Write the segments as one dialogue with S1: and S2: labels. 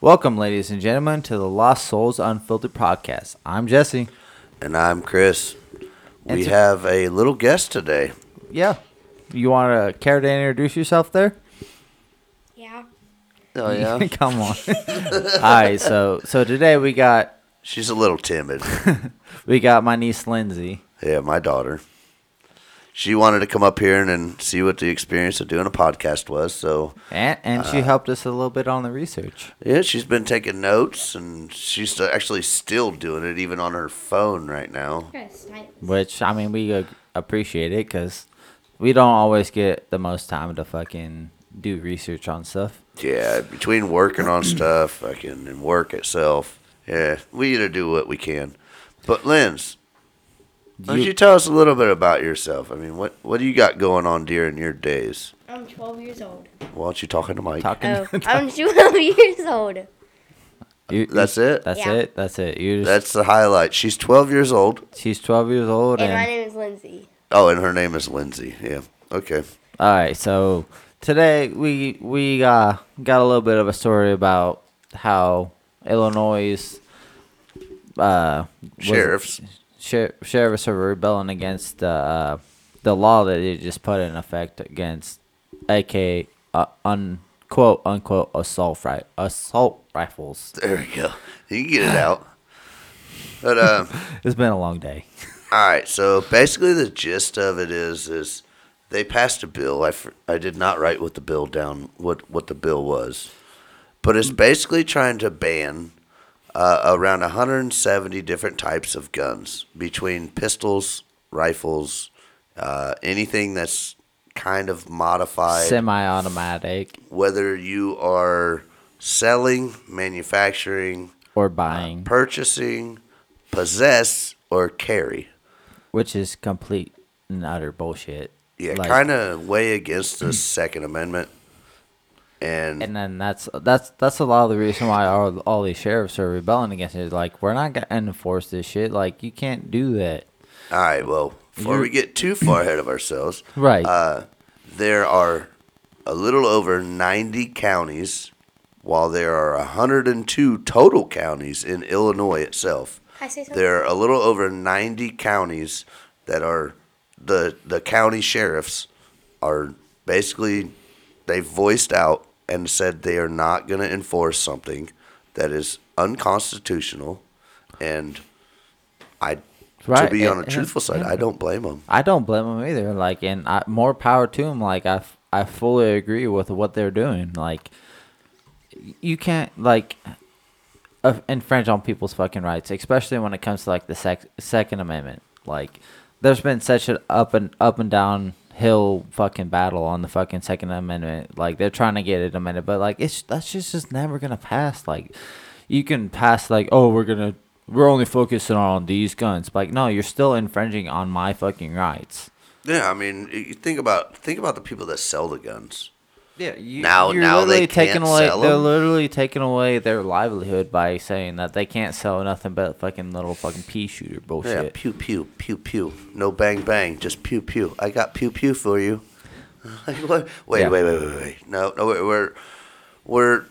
S1: Welcome, ladies and gentlemen, to the Lost Souls Unfiltered podcast. I'm Jesse.
S2: And I'm Chris. We
S1: It's a-
S2: have a little guest today.
S1: Yeah. You want to care to introduce yourself there?
S3: Yeah.
S2: Oh yeah,
S1: Come on. All right. So so today we got
S2: she's a little timid.
S1: we got my niece Lindsay.
S2: yeah, my daughter. She wanted to come up here and, and see what the experience of doing a podcast was. So
S1: And, and
S2: Uh.
S1: she helped us a little bit on the research.
S2: yeah, she's been taking notes, and she's st- actually still doing it, even on her phone right now.
S3: Chris, nice.
S1: Which I mean, we uh, appreciate it because we don't always get the most time to fucking do research on stuff.
S2: Yeah, between working on stuff, fucking, and work itself. Yeah, we either do what we can. But Linz, why don't
S1: You-
S2: you tell us a little bit about yourself? I mean, what what do you got going on during your days?
S3: I'm 12 years old.
S2: Why aren't you talking to Mike?
S1: Talking.
S3: Oh, I'm 12 years old.
S1: you-
S2: That's it.
S1: That's
S3: Yeah.
S1: it. That's it. You just,
S2: That's the highlight. She's 12 years old.
S1: she's twelve years old,
S3: And
S1: and
S3: my name is Lindsay.
S2: Oh, and her name is Lindsay. Yeah. Okay.
S1: All right, so today we we uh, got a little bit of a story about how Illinois uh, was-
S2: Sheriffs.
S1: sher- sheriffs are rebelling against the uh, the law that they just put in effect against AK uh, unquote unquote assault ri- assault rifles.
S2: There we go. You can get it out. But uh,
S1: It's been a long day.
S2: all right. So basically, the gist of it is is they passed a bill. I, fr- I did not write what the bill down what what the bill was, but it's basically trying to ban uh, around 170 different types of guns between pistols, rifles, uh, anything that's kind of modified.
S1: Semi-automatic
S2: whether you are selling, manufacturing,
S1: or buying,
S2: Uh. purchasing, possess, or carry.
S1: which is complete and utter bullshit.
S2: Yeah,
S1: Like- Mm.
S2: kind of way against the Second Amendment. And,
S1: and then that's that's that's a lot of the reason why all, all these sheriffs are rebelling against it. Like we're not gonna enforce this shit. Like you can't do that.
S2: all right, well, before we get too far ahead of ourselves,
S1: Right.
S2: Uh, there are a little over 90 counties, while there are 102 total counties in Illinois itself.
S3: Can I say something?
S2: There are a little over 90 counties that are the the county sheriffs are basically they voiced out and said they are not going to enforce something that is unconstitutional and I
S1: Right,
S2: to be on
S1: and-
S2: a
S1: and-
S2: truthful side, I don't blame them.
S1: I don't blame them either. Like and I, more power to them. Like I f- I fully agree with what they're doing. Like you can't like uh, infringe on people's fucking rights, especially when it comes to like the sec- Second Amendment. Like, there's been such an up and up and down hill fucking battle on the fucking Second Amendment. Like, they're trying to get it amended, but like, it's that's just just never gonna pass. Like, you can pass like, oh, we're gonna we're only focusing on these guns. Like, no, you're still infringing on my fucking rights.
S2: Yeah, I mean, you think about think about the people that sell the guns.
S1: Yeah, you,
S2: Now-
S1: you're
S2: now they
S1: literally taking
S2: can't
S1: away.
S2: sell
S1: They're
S2: 'em?
S1: literally taking away their livelihood by saying that they can't sell nothing but fucking little fucking pea shooter
S2: Yeah,
S1: bullshit.
S2: pew pew pew pew. No bang bang, just pew pew. I got pew pew for you. Like, what? Wait,
S1: Yeah.
S2: wait, wait, wait, wait. No, no, we're we're, we're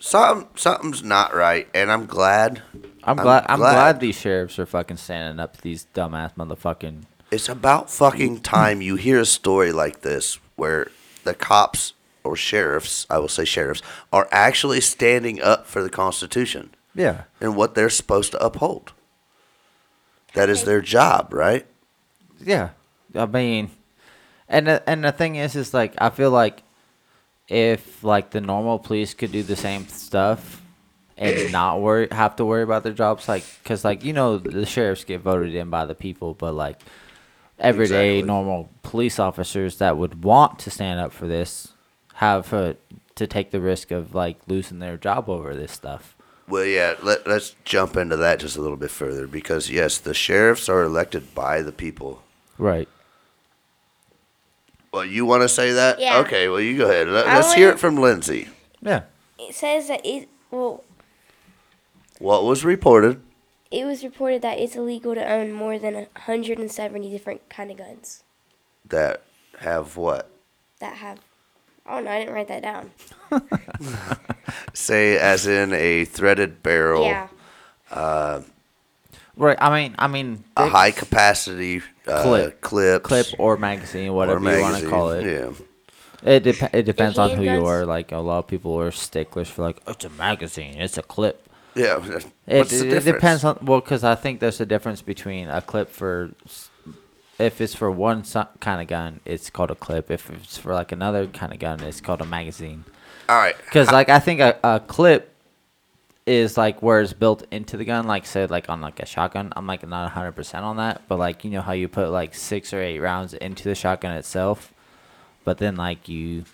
S2: something something's not right, and I'm glad.
S1: I'm glad. I'm glad these sheriffs are fucking standing up to these dumbass motherfucking.
S2: It's about fucking time you hear a story like this where the cops or sheriffs, I will say sheriffs, are actually standing up for the Constitution
S1: Yeah.
S2: and what they're supposed to uphold. That is their job, right?
S1: Yeah. I mean, and the, and the thing is, is like I feel like if like the normal police could do the same stuff and not worry have to worry about their jobs, like because like you know the sheriffs get voted in by the people, but like everyday
S2: Exactly.
S1: normal police officers that would want to stand up for this have uh, to take the risk of like losing their job over this stuff.
S2: Well, yeah, let, let's jump into that just a little bit further because, yes, the sheriffs are elected by the people.
S1: Right.
S2: Well, you want to say that?
S3: Yeah.
S2: Okay, well, you go ahead. Let,
S3: I
S2: us hear
S3: wanna-
S2: it from Lindsay.
S1: Yeah.
S3: It says that it, well,
S2: What was reported?
S3: it was reported that it's illegal to own more than 170 different kind of guns
S2: That have what?
S3: that have Oh no, I didn't write that down.
S2: Say as in a threaded barrel,
S3: Yeah.
S1: Right. I mean, I mean,
S2: a
S1: big
S2: high capacity uh,
S1: Clip.
S2: clips,
S1: clip or magazine,
S2: or
S1: whatever you want to
S2: magazine.
S1: call it.
S2: Yeah.
S1: It dep- it depends on who you
S3: handguns?
S1: are. Like a lot of people are sticklers for like "Oh, it's a magazine, it's a clip.
S2: Yeah.
S1: It,
S2: What's the
S1: it
S2: difference?
S1: depends on well, because I think there's a difference between a clip for s- if it's for one kind of gun, it's called a clip. If it's for like another kind of gun, it's called a magazine.
S2: All right.
S1: Because like I think a, a clip is like where it's built into the gun. Like say like on like a shotgun, I'm like not 100 percent on that, but like you know how you put like six or eight rounds into the shotgun itself, but then like you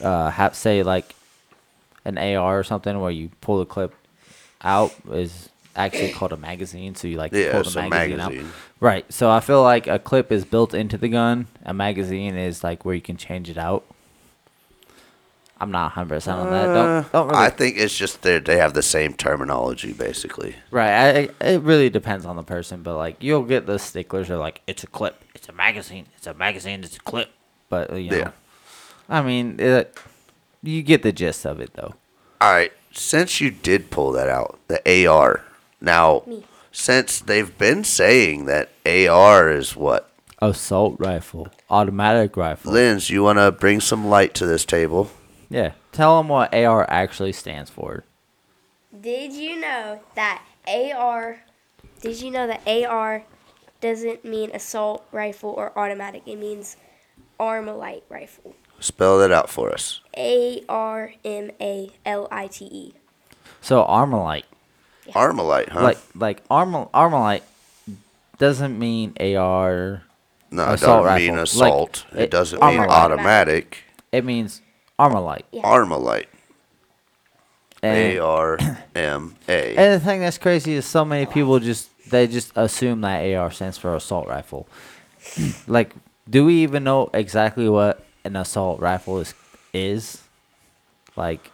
S1: uh have say like an AR or something where you pull the clip out is actually called a magazine. So you like
S2: Yeah,
S1: pull
S2: it's
S1: the
S2: a
S1: magazine,
S2: magazine.
S1: out. Right. So I feel like a clip is built into the gun. A magazine is like where you can change it out. I'm not 100% on that. Don't, don't really.
S2: Uh, I think it's just they they have the same terminology basically.
S1: right. I, it really depends on the person, but like you'll get the sticklers are like, it's a clip, it's a magazine, it's a magazine, it's a clip. But, you know,
S2: Yeah.
S1: I mean, it, you get the gist of it though.
S2: All right. Since you did pull that out, the AR. Now,
S3: Me.
S2: since they've been saying that AR is what
S1: Assault rifle, automatic rifle.
S2: Linz, you want to bring some light to this table?
S1: Yeah. Tell them what AR actually stands for.
S3: Did you know that AR? Did you know that AR doesn't mean assault rifle or automatic? It means Armalite rifle.
S2: Spell that out for us.
S3: A R M A L I T E.
S1: So Armalite,
S2: Armalite, huh?
S1: like like Armal Armalite, doesn't mean AR.
S2: no, it
S1: assault
S2: doesn't mean
S1: rifle. Like,
S2: assault. it,
S1: it-
S2: doesn't mean
S1: Armalite.
S2: automatic.
S1: It means Armalite.
S3: Yeah.
S2: Armalite.
S1: And,
S2: A R M A.
S1: and the thing that's crazy is so many people just they just assume that AR stands for assault rifle. like, do we even know exactly what an assault rifle is? Is like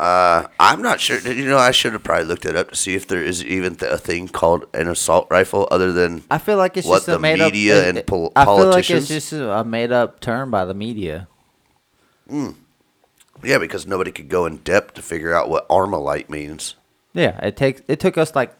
S2: I'm not sure. You know, I should have probably looked it up to see if there is even th- a thing called an assault rifle other than
S1: I feel like it's
S2: What
S1: just a
S2: the
S1: made
S2: media
S1: up,
S2: and
S1: it-
S2: pol-
S1: I feel like
S2: politicians-
S1: it's just a made up term by the media.
S2: yeah, because nobody could go in depth to figure out what Armalite means.
S1: Yeah, it takes it took us like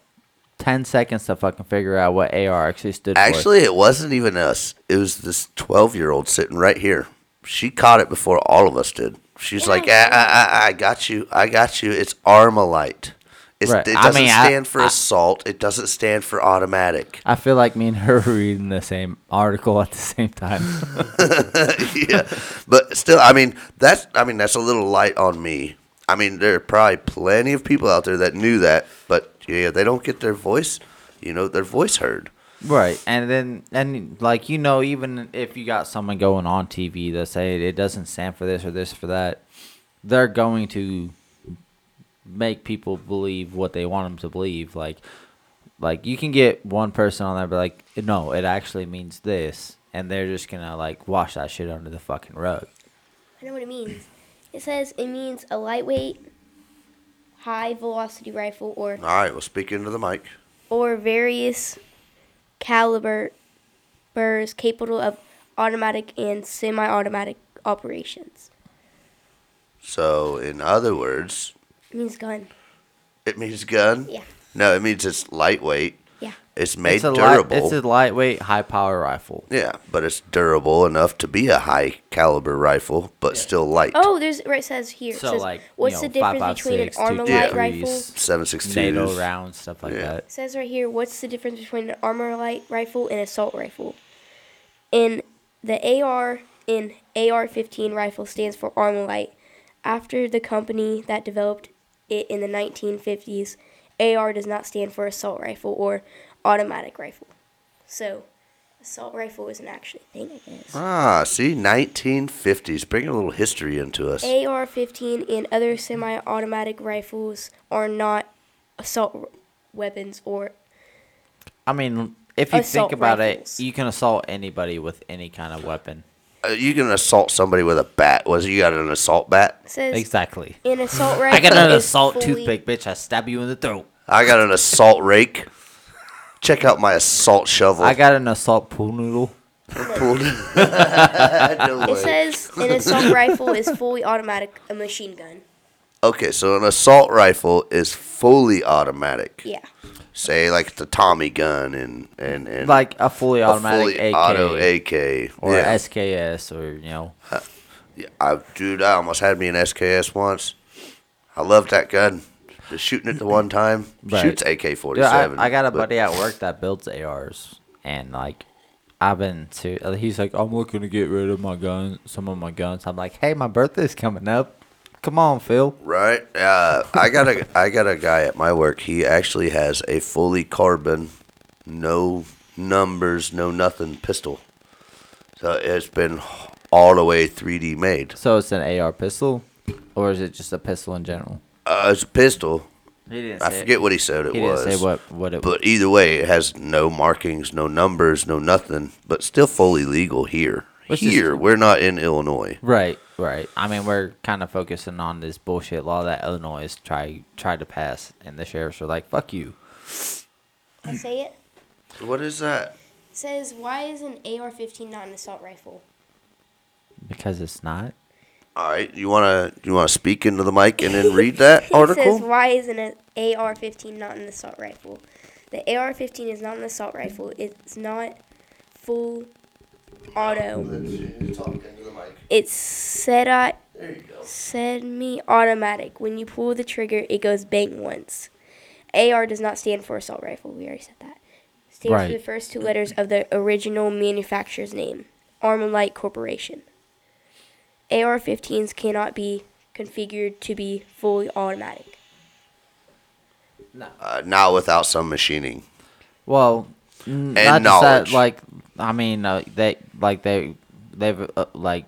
S1: ten seconds to fucking figure out what AR actually stood for.
S2: Actually, it wasn't even us. It was this 12 year old sitting right here. She caught it before all of us did. She's like, I, I, I, I got you. I got you. It's Armalite. It's,
S1: Right.
S2: It
S1: I
S2: doesn't
S1: mean, I-
S2: stand for
S1: I-
S2: assault. It doesn't stand for automatic.
S1: I feel like me and her were reading the same article at the same time.
S2: yeah. But still, I mean, that's I mean, that's a little light on me. I mean, there are probably plenty of people out there that knew that, but yeah, they don't get their voice, you know, their voice heard.
S1: right. And then and like you know, even if you got someone going on TV that say it doesn't stand for this or this for that, they're going to make people believe what they want them to believe. Like like you can get one person on there but like no, it actually means this and they're just gonna like wash that shit under the fucking rug.
S3: I know what it means. It says it means a lightweight, high velocity rifle or
S2: All right, well, speak into the mic.
S3: or various caliber burrs capable of automatic and semi-automatic operations.
S2: So, in other words,
S3: It means gun.
S2: it means gun.
S3: Yeah.
S2: No, it means it's lightweight.
S3: Yeah.
S2: It's made
S1: a li-
S2: durable.
S1: it's a lightweight, high power rifle.
S2: yeah, but it's durable enough to be a high caliber rifle, but still light.
S3: Oh, there's where it says here. it
S1: So,
S3: says,
S1: like, you
S3: what's
S1: know,
S3: the difference
S1: five,
S3: between
S1: six,
S3: an
S1: two,
S3: Armalite
S2: Yeah.
S3: rifle?
S1: threes,
S2: Seven sixteen.
S1: NATO round stuff like
S2: Yeah.
S1: that.
S3: It says right here, what's the difference between an Armalite rifle and assault rifle? In the AR in AR-15 rifle stands for Armalite. After the company that developed it in the 1950s, AR does not stand for assault rifle or automatic rifle. So, assault rifle isn't actually a thing, I guess.
S2: Ah, see, 1950s. Bring a little history into us.
S3: AR 15 and other semi automatic rifles are not assault r- weapons or.
S1: I mean, if you
S3: Assault
S1: think about
S3: rifles.
S1: it, you can assault anybody with any kind of weapon.
S2: Uh, you can assault somebody with a bat. Was it- you got an assault bat?
S3: It says
S1: Exactly.
S3: an assault rifle.
S1: I got an
S3: is
S1: assault
S3: fully-
S1: toothpick, bitch. I stab you in the throat.
S2: I got an assault rake. Check out my assault shovel.
S1: I got an assault pool noodle.
S2: Pulled. No
S3: It
S2: way.
S3: says an assault rifle is fully automatic, a machine gun.
S2: okay, so an assault rifle is fully automatic.
S3: Yeah.
S2: Say like the Tommy gun and and, and
S1: like a fully
S2: a
S1: automatic
S2: fully
S1: AK
S2: auto AK
S1: or
S2: yeah.
S1: SKS or you know.
S2: Yeah, I, dude, I almost had me an SKS once. I loved that gun. Just shooting it the one time
S1: Right.
S2: shoots AK forty
S1: Dude, I,
S2: seven.
S1: I got a buddy at work that builds ARs, and like, I've been to. uh, He's like, I'm looking to get rid of my guns, some of my guns. I'm like, hey, my birthday's coming up. Come on, Phil.
S2: Right? Uh, I got a I got a guy at my work. He actually has a fully carbon, no numbers, no nothing pistol. So it's been all the way 3D made.
S1: So it's an AR pistol, or is it just a pistol in general?
S2: Uh, it's a pistol.
S1: He didn't
S2: I forget what he said it
S1: He
S2: was.
S1: didn't say what what it. was.
S2: But either way, it has no markings, no numbers, no nothing, but still fully legal here.
S1: Which is-
S2: here, we're not in Illinois.
S1: Right, right. I mean, we're kind of focusing on this bullshit law that Illinois tried tried to pass, and the sheriffs are like, "Fuck you."
S3: I say it.
S2: What is that?
S3: It says why is an AR-15 not an assault rifle?
S1: Because it's not.
S2: All right, you wanna you wanna speak into the mic and then read that
S3: It says
S2: article?
S3: why isn't an AR-15 not an assault rifle? The AR-15 is not an assault rifle. It's not full auto. It's semi
S2: There you go.
S3: semi-automatic. When you pull the trigger, it goes bang once. AR does not stand for assault rifle. We already said that. Stands
S1: Right.
S3: for the first two letters of the original manufacturer's name, Armalite Corporation. AR-15s cannot be configured to be fully automatic.
S2: Uh, not without some machining.
S1: Well, n- not Just
S2: knowledge.
S1: that, like, I mean, uh, they like they they've uh, like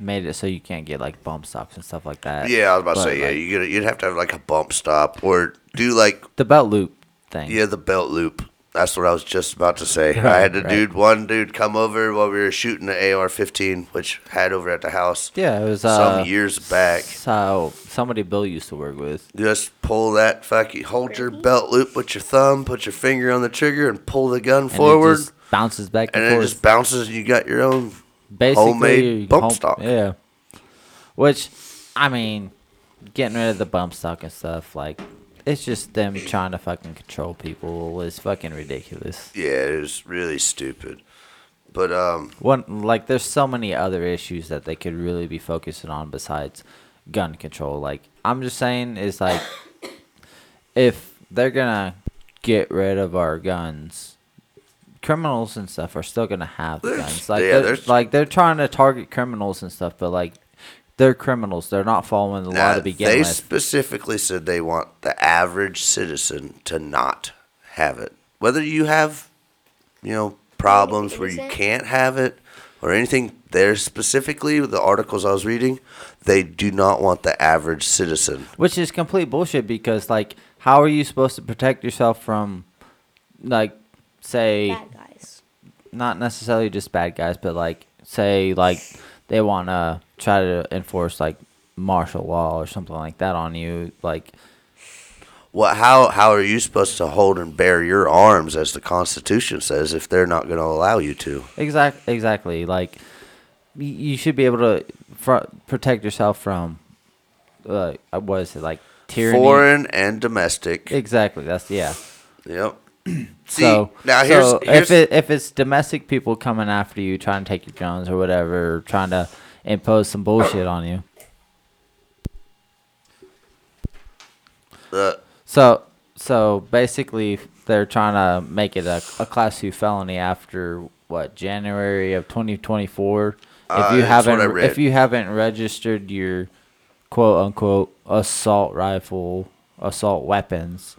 S1: made it so you can't get like bump stocks and stuff like that.
S2: Yeah, I was about to
S1: But,
S2: say yeah.
S1: like,
S2: You gotta, you'd have to have like a bump stop or do like
S1: the belt loop thing.
S2: yeah the belt loop. That's what I was just about to say. I had a
S1: Right.
S2: dude, one dude, come over while we were shooting the AR-15, which I had over at the house.
S1: yeah. It was uh,
S2: Some years back.
S1: So somebody Bill used to work with.
S2: Just pull that fucking hold your belt loop with your thumb, put your finger on the trigger, and pull the gun
S1: And
S2: forward,
S1: it just bounces back and,
S2: and it
S1: forth.
S2: just bounces, and you got your own.
S1: basically
S2: homemade bump
S1: home-
S2: stock.
S1: Yeah. Which, I mean, getting rid of the bump stock and stuff like it's just them trying to fucking control people is fucking ridiculous.
S2: Yeah, it was really stupid, but um,
S1: One like there's so many other issues that they could really be focusing on besides gun control. Like I'm just saying is like if they're gonna get rid of our guns, criminals and stuff are still gonna have
S2: There's-
S1: guns. Like
S2: yeah,
S1: they're,
S2: there's-
S1: like they're trying to target criminals and stuff, but like they're criminals. They're not following the law
S2: nah,
S1: to begin
S2: they
S1: with.
S2: specifically said they want the average citizen to not have it. Whether you have, you know, problems where you
S3: Innocent?
S2: can't have it or anything, there specifically with the articles I was reading, they do not want the average citizen.
S1: Which is complete bullshit because like how are you supposed to protect yourself from like say
S3: Bad guys.
S1: not necessarily just bad guys, but like say like they want to try to enforce like martial law or something like that on you, like
S2: What? How? How are you supposed to hold and bear your arms, as the Constitution says, if they're not going to allow you to?
S1: exact exactly like y- you should be able to fr- protect yourself from uh, what is it like tyranny?
S2: Foreign and domestic.
S1: Exactly. That's yeah.
S2: yep. See,
S1: so
S2: now
S1: so
S2: here's,
S1: if
S2: here's
S1: it, if it's domestic people coming after you, trying to take your guns or whatever, trying to impose some bullshit on you.
S2: the
S1: So so basically, they're trying to make it a, a class two felony after what January of 2024.
S2: Uh,
S1: If you
S2: that's what I
S1: haven't
S2: read.
S1: if you haven't registered your quote unquote assault rifle assault weapons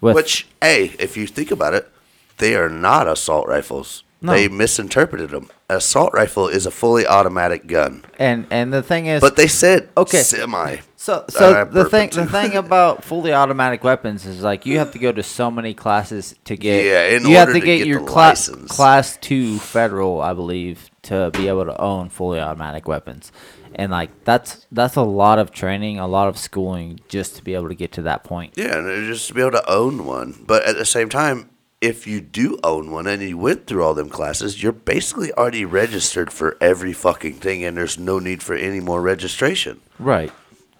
S1: with
S2: which, hey, if you think about it, they are not assault rifles.
S1: No.
S2: They misinterpreted them. Assault rifle is a fully automatic gun,
S1: and and the thing is
S2: but they said
S1: Okay.
S2: semi.
S1: So,
S2: I
S1: so the
S2: burped
S1: thing,
S2: too.
S1: the thing about fully automatic weapons is like you have to go to so many classes to get.
S2: Yeah, in
S1: you have to
S2: order to
S1: get,
S2: get
S1: your
S2: the
S1: class
S2: license.
S1: class two federal, I believe, to be able to own fully automatic weapons, and like that's that's a lot of training, a lot of schooling just to be able to get to that point.
S2: Yeah, and just to be able to own one. But at the same time, if you do own one and you went through all them classes, you're basically already registered for every fucking thing, and there's no need for any more registration.
S1: Right.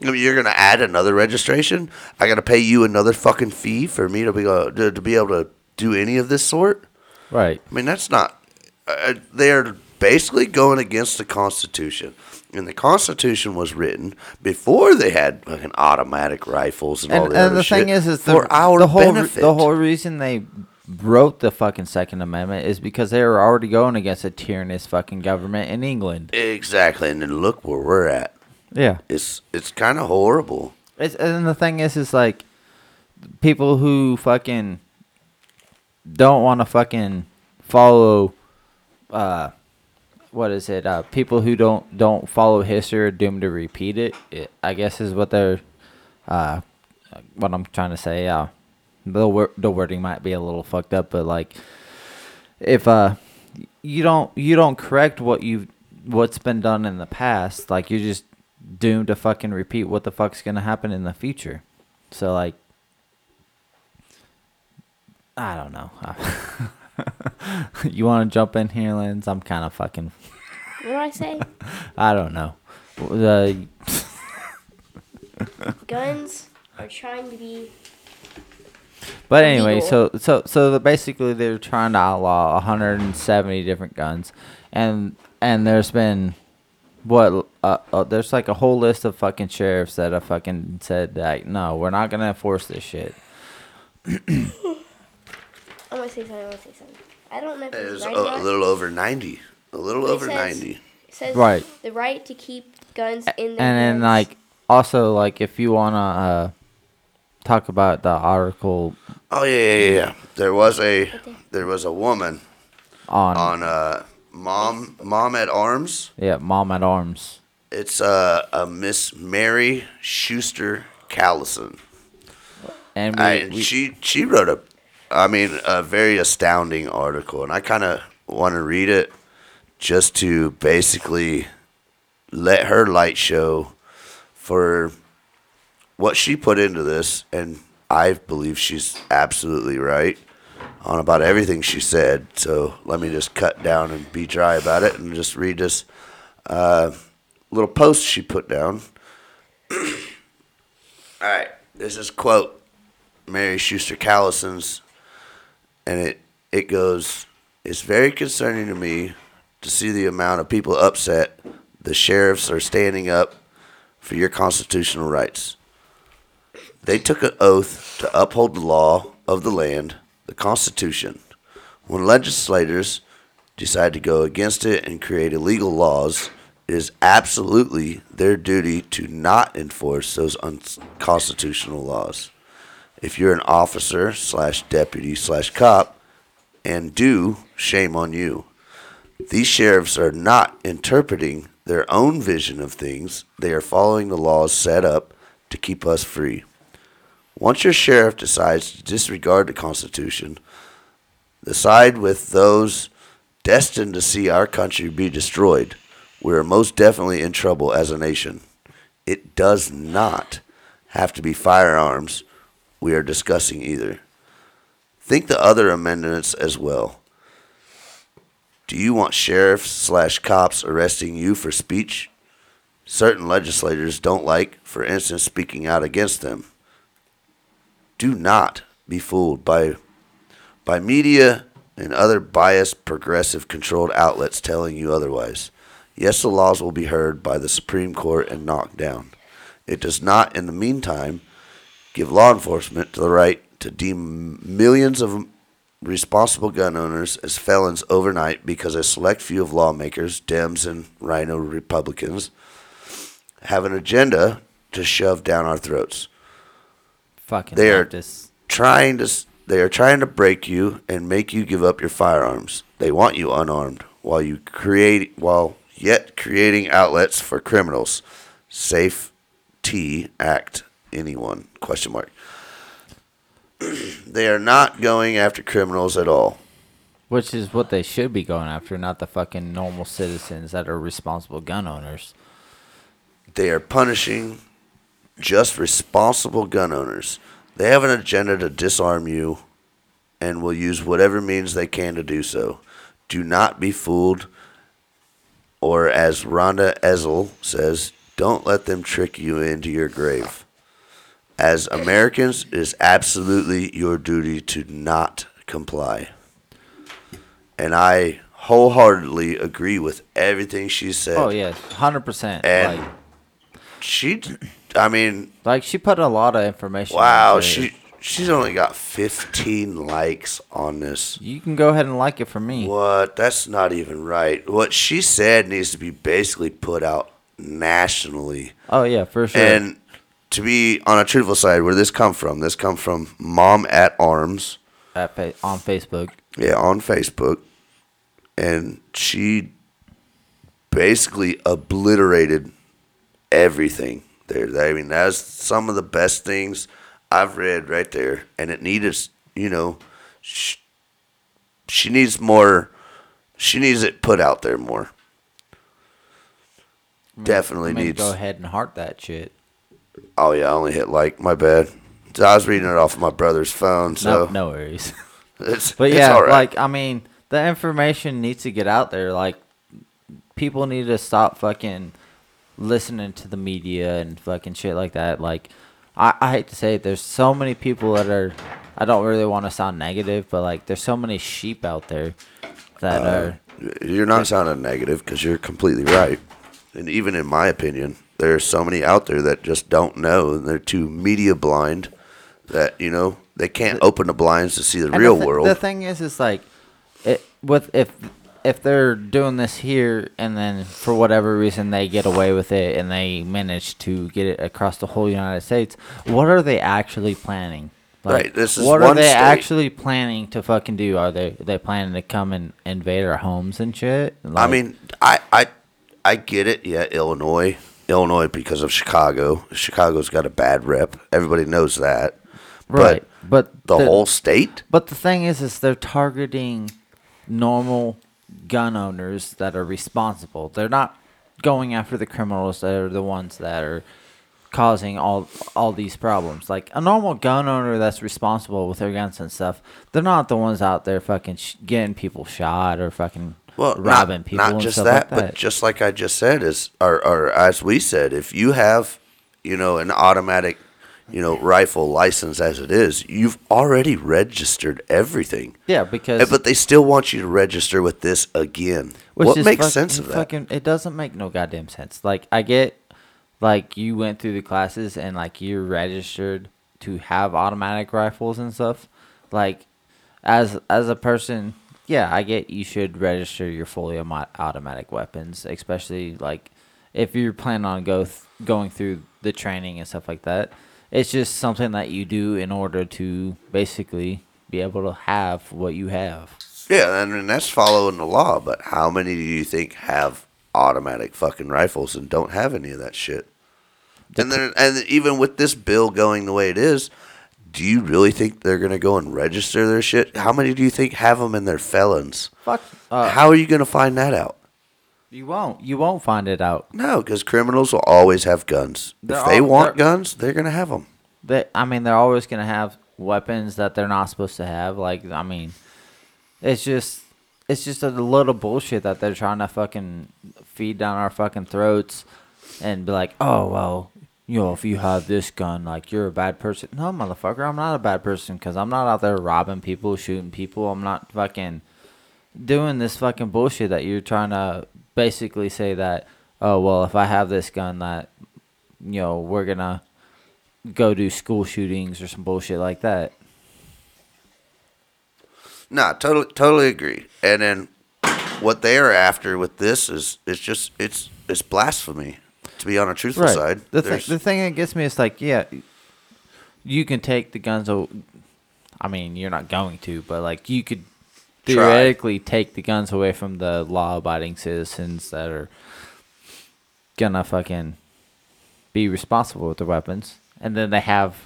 S2: I mean, you're gonna add another registration. I gotta pay you another fucking fee for me to be uh, to, to be able to do any of this sort.
S1: Right.
S2: I mean, that's not. Uh, they're basically going against the Constitution, and the Constitution was written before they had fucking automatic rifles and, all
S1: And,
S2: the
S1: and
S2: other
S1: the
S2: shit
S1: thing is, is the,
S2: for our
S1: the whole
S2: benefit.
S1: the whole reason they wrote the fucking Second Amendment is because they were already going against a tyrannous fucking government in England.
S2: exactly. And then look where we're at.
S1: Yeah.
S2: It's it's kind of horrible.
S1: It's, and the thing is, is like people who fucking don't want to fucking follow. Uh, what is it? Uh, people who don't don't follow history are doomed to repeat it. it I guess is what they're. Uh, what I'm trying to say. Uh, the wor- the wording might be a little fucked up, but like, if uh, you don't you don't correct what you what's been done in the past, like you're just doomed to fucking repeat what the fuck's gonna happen in the future. So like, I don't know. you want to jump in here, Lens? I'm kind of fucking.
S3: What do I say?
S1: I don't know. uh, The
S3: Guns are trying to be
S1: But anyway, so
S3: Illegal.
S1: so so the, basically they're trying to outlaw 170 different guns, and and there's been what uh, uh, there's like a whole list of fucking sheriffs that have fucking said like no, we're not gonna enforce this shit.
S3: I'm gonna say something. I'm gonna say something. I don't know if it's
S2: It's
S3: right.
S2: a,
S3: or not.
S2: a little over ninety. A little
S3: It
S2: over
S3: says-
S2: ninety.
S3: It says
S1: Right.
S3: The right to keep guns in
S1: And
S3: their
S1: then
S3: hands.
S1: like also like if you wanna uh, talk about the article
S2: Oh yeah, yeah, yeah. There was a
S3: Okay.
S2: there was a woman
S1: on,
S2: on uh mom mom at arms.
S1: yeah mom at arms.
S2: It's uh, a Miss Mary Schuster Callison.
S1: And we,
S2: I,
S1: we-
S2: she she wrote a, I mean, a very astounding article, and I kind of want to read it just to basically let her light show for what she put into this, and I believe she's absolutely right on about everything she said. So let me just cut down and be dry about it, and just read this uh, little post she put down. All right, this is quote Mary Schuster Callison's, and it it goes. It's very concerning to me to see the amount of people upset. The sheriffs are standing up for your constitutional rights. They took an oath to uphold the law of the land, the Constitution. When legislators decide to go against it and create illegal laws, it is absolutely their duty to not enforce those unconstitutional laws if you're an officer slash deputy slash cop and do, shame on you. These sheriffs are not interpreting their own vision of things, they are following the laws set up to keep us free. Once your sheriff decides to disregard the Constitution, the side with those destined to see our country be destroyed, we are most definitely in trouble as a nation. It does not have to be firearms we are discussing either. Think the other amendments as well. Do you want sheriffs slash cops arresting you for speech? Certain legislators don't like, for instance, speaking out against them. Do not be fooled by by media and other biased, progressive, controlled outlets telling you otherwise. Yes, the laws will be heard by the Supreme Court and knocked down. It does not, in the meantime, give law enforcement the right to deem millions of responsible gun owners as felons overnight because a select few of lawmakers, Dems and Rhino Republicans, have an agenda to shove down our throats
S1: fucking
S2: they are-
S1: Baptists.
S2: trying to s- they are trying to break you and make you give up your firearms. They want you unarmed while you create while yet creating outlets for criminals. Safe T Act anyone question mark. they are not going after criminals at all.
S1: Which is what they should be going after, not the fucking normal citizens that are responsible gun owners.
S2: They are punishing just responsible gun owners. They have an agenda to disarm you and will use whatever means they can to do so. Do not be fooled, or as Rhonda Ezel says, don't let them trick you into your grave. As Americans, it is absolutely your duty to not comply. And I wholeheartedly agree with everything she said.
S1: Oh yeah, hundred percent.
S2: And-
S1: Like,
S2: She, I mean,
S1: like she put a lot of information.
S2: Wow,
S1: into it.
S2: she she's only got 15 likes on this.
S1: You can go ahead and like it for me.
S2: What? That's not even right. What she said needs to be basically put out nationally.
S1: Oh yeah, for sure.
S2: And to be on a truthful side, where this come from? This come from Mom at Arms,
S1: At fa- on Facebook.
S2: yeah, on Facebook, and she basically obliterated everything there. I mean, that's some of the best things I've read right there. And it needed, you know, she, she needs more. She needs it put out there more. Definitely
S1: I mean,
S2: needs.
S1: Mm-hmm. go ahead and heart that shit.
S2: Oh yeah, I only hit like. My bad. So I was reading it off my brother's phone, so
S1: No, no worries.
S2: it's
S1: But
S2: it's
S1: yeah,
S2: all right.
S1: like I mean, the information needs to get out there. Like people need to stop fucking listening to the media and fucking shit like that. Like I, I hate to say it, there's so many people that are I don't really want to sound negative, but like there's so many sheep out there that
S2: Uh-huh.
S1: are
S2: You're not sounding negative because you're completely right. And even in my opinion, there are so many out there that just don't know and they're too media blind that, you know, they can't open the blinds to see the
S1: And
S2: real
S1: the thi-
S2: world.
S1: The thing is, is like, it with if if they're doing this here and then for whatever reason they get away with it and they manage to get it across the whole United States, what are they actually planning?
S2: Right, this is
S1: what are
S2: one
S1: they
S2: state.
S1: actually planning to fucking do? Are they they planning to come and invade our homes and shit?
S2: I
S1: Like,
S2: mean, I, I I get it. Yeah, Illinois, Illinois because of Chicago. Chicago's got a bad rep. Everybody knows that.
S1: right? But,
S2: But the whole state?
S1: But the thing is, is they're targeting normal gun owners that are responsible. They're not going after the criminals that are the ones that are causing all all these problems. Like a normal gun owner that's responsible with their guns and stuff, they're not the ones out there fucking sh- getting people shot or fucking
S2: well, not-
S1: robbing people
S2: Not
S1: and
S2: just
S1: stuff
S2: that,
S1: like that.
S2: but just like I just said, is or, or as we said, if you have, you know, an automatic, you know, rifle license as it is, you've already registered everything.
S1: yeah, because
S2: And- eh, But they still want you to register with this again.
S1: Which
S2: what
S1: is
S2: makes
S1: fuck-
S2: sense of that?
S1: Fucking, it doesn't make no goddamn sense. Like I get, like you went through the classes and like you're registered to have automatic rifles and stuff. Like, as as a person, yeah, I get you should register your fully autom- automatic weapons, especially like if you're planning on go th- going through the training and stuff like that. It's just something that you do in order to basically be able to have what you have.
S2: Yeah, I mean that's following the law, but how many do you think have automatic fucking rifles and don't have any of that shit? And then and even with this bill going the way it is, do you really think they're going to go and register their shit? How many do you think have them in their felons?
S1: Fuck. Uh,
S2: how are you going to find that out?
S1: You won't. You won't find it out.
S2: No, because criminals will always have guns.
S1: They're
S2: if they
S1: all-
S2: want
S1: they're-
S2: guns, they're going to have them.
S1: They, I mean, they're always gonna have weapons that they're not supposed to have. Like, I mean, it's just, it's just a little bullshit that they're trying to fucking feed down our fucking throats, and be like, oh well, you know, if you have this gun, like you're a bad person. No, motherfucker, I'm not a bad person because I'm not out there robbing people, shooting people. I'm not fucking doing this fucking bullshit that you're trying to basically say that, oh well, if I have this gun, that you know, we're gonna go do school shootings or some bullshit like that.
S2: No, totally, totally agree. And then what they are after with this is it's just it's it's blasphemy. To be on a truthful side,
S1: The, thi-
S2: There's-
S1: the thing that gets me is like, yeah, you can take the guns. aw- I mean, you're not going to, but like you could
S2: Try.
S1: theoretically take the guns away from the law-abiding citizens that are gonna fucking be responsible with their weapons, and then they have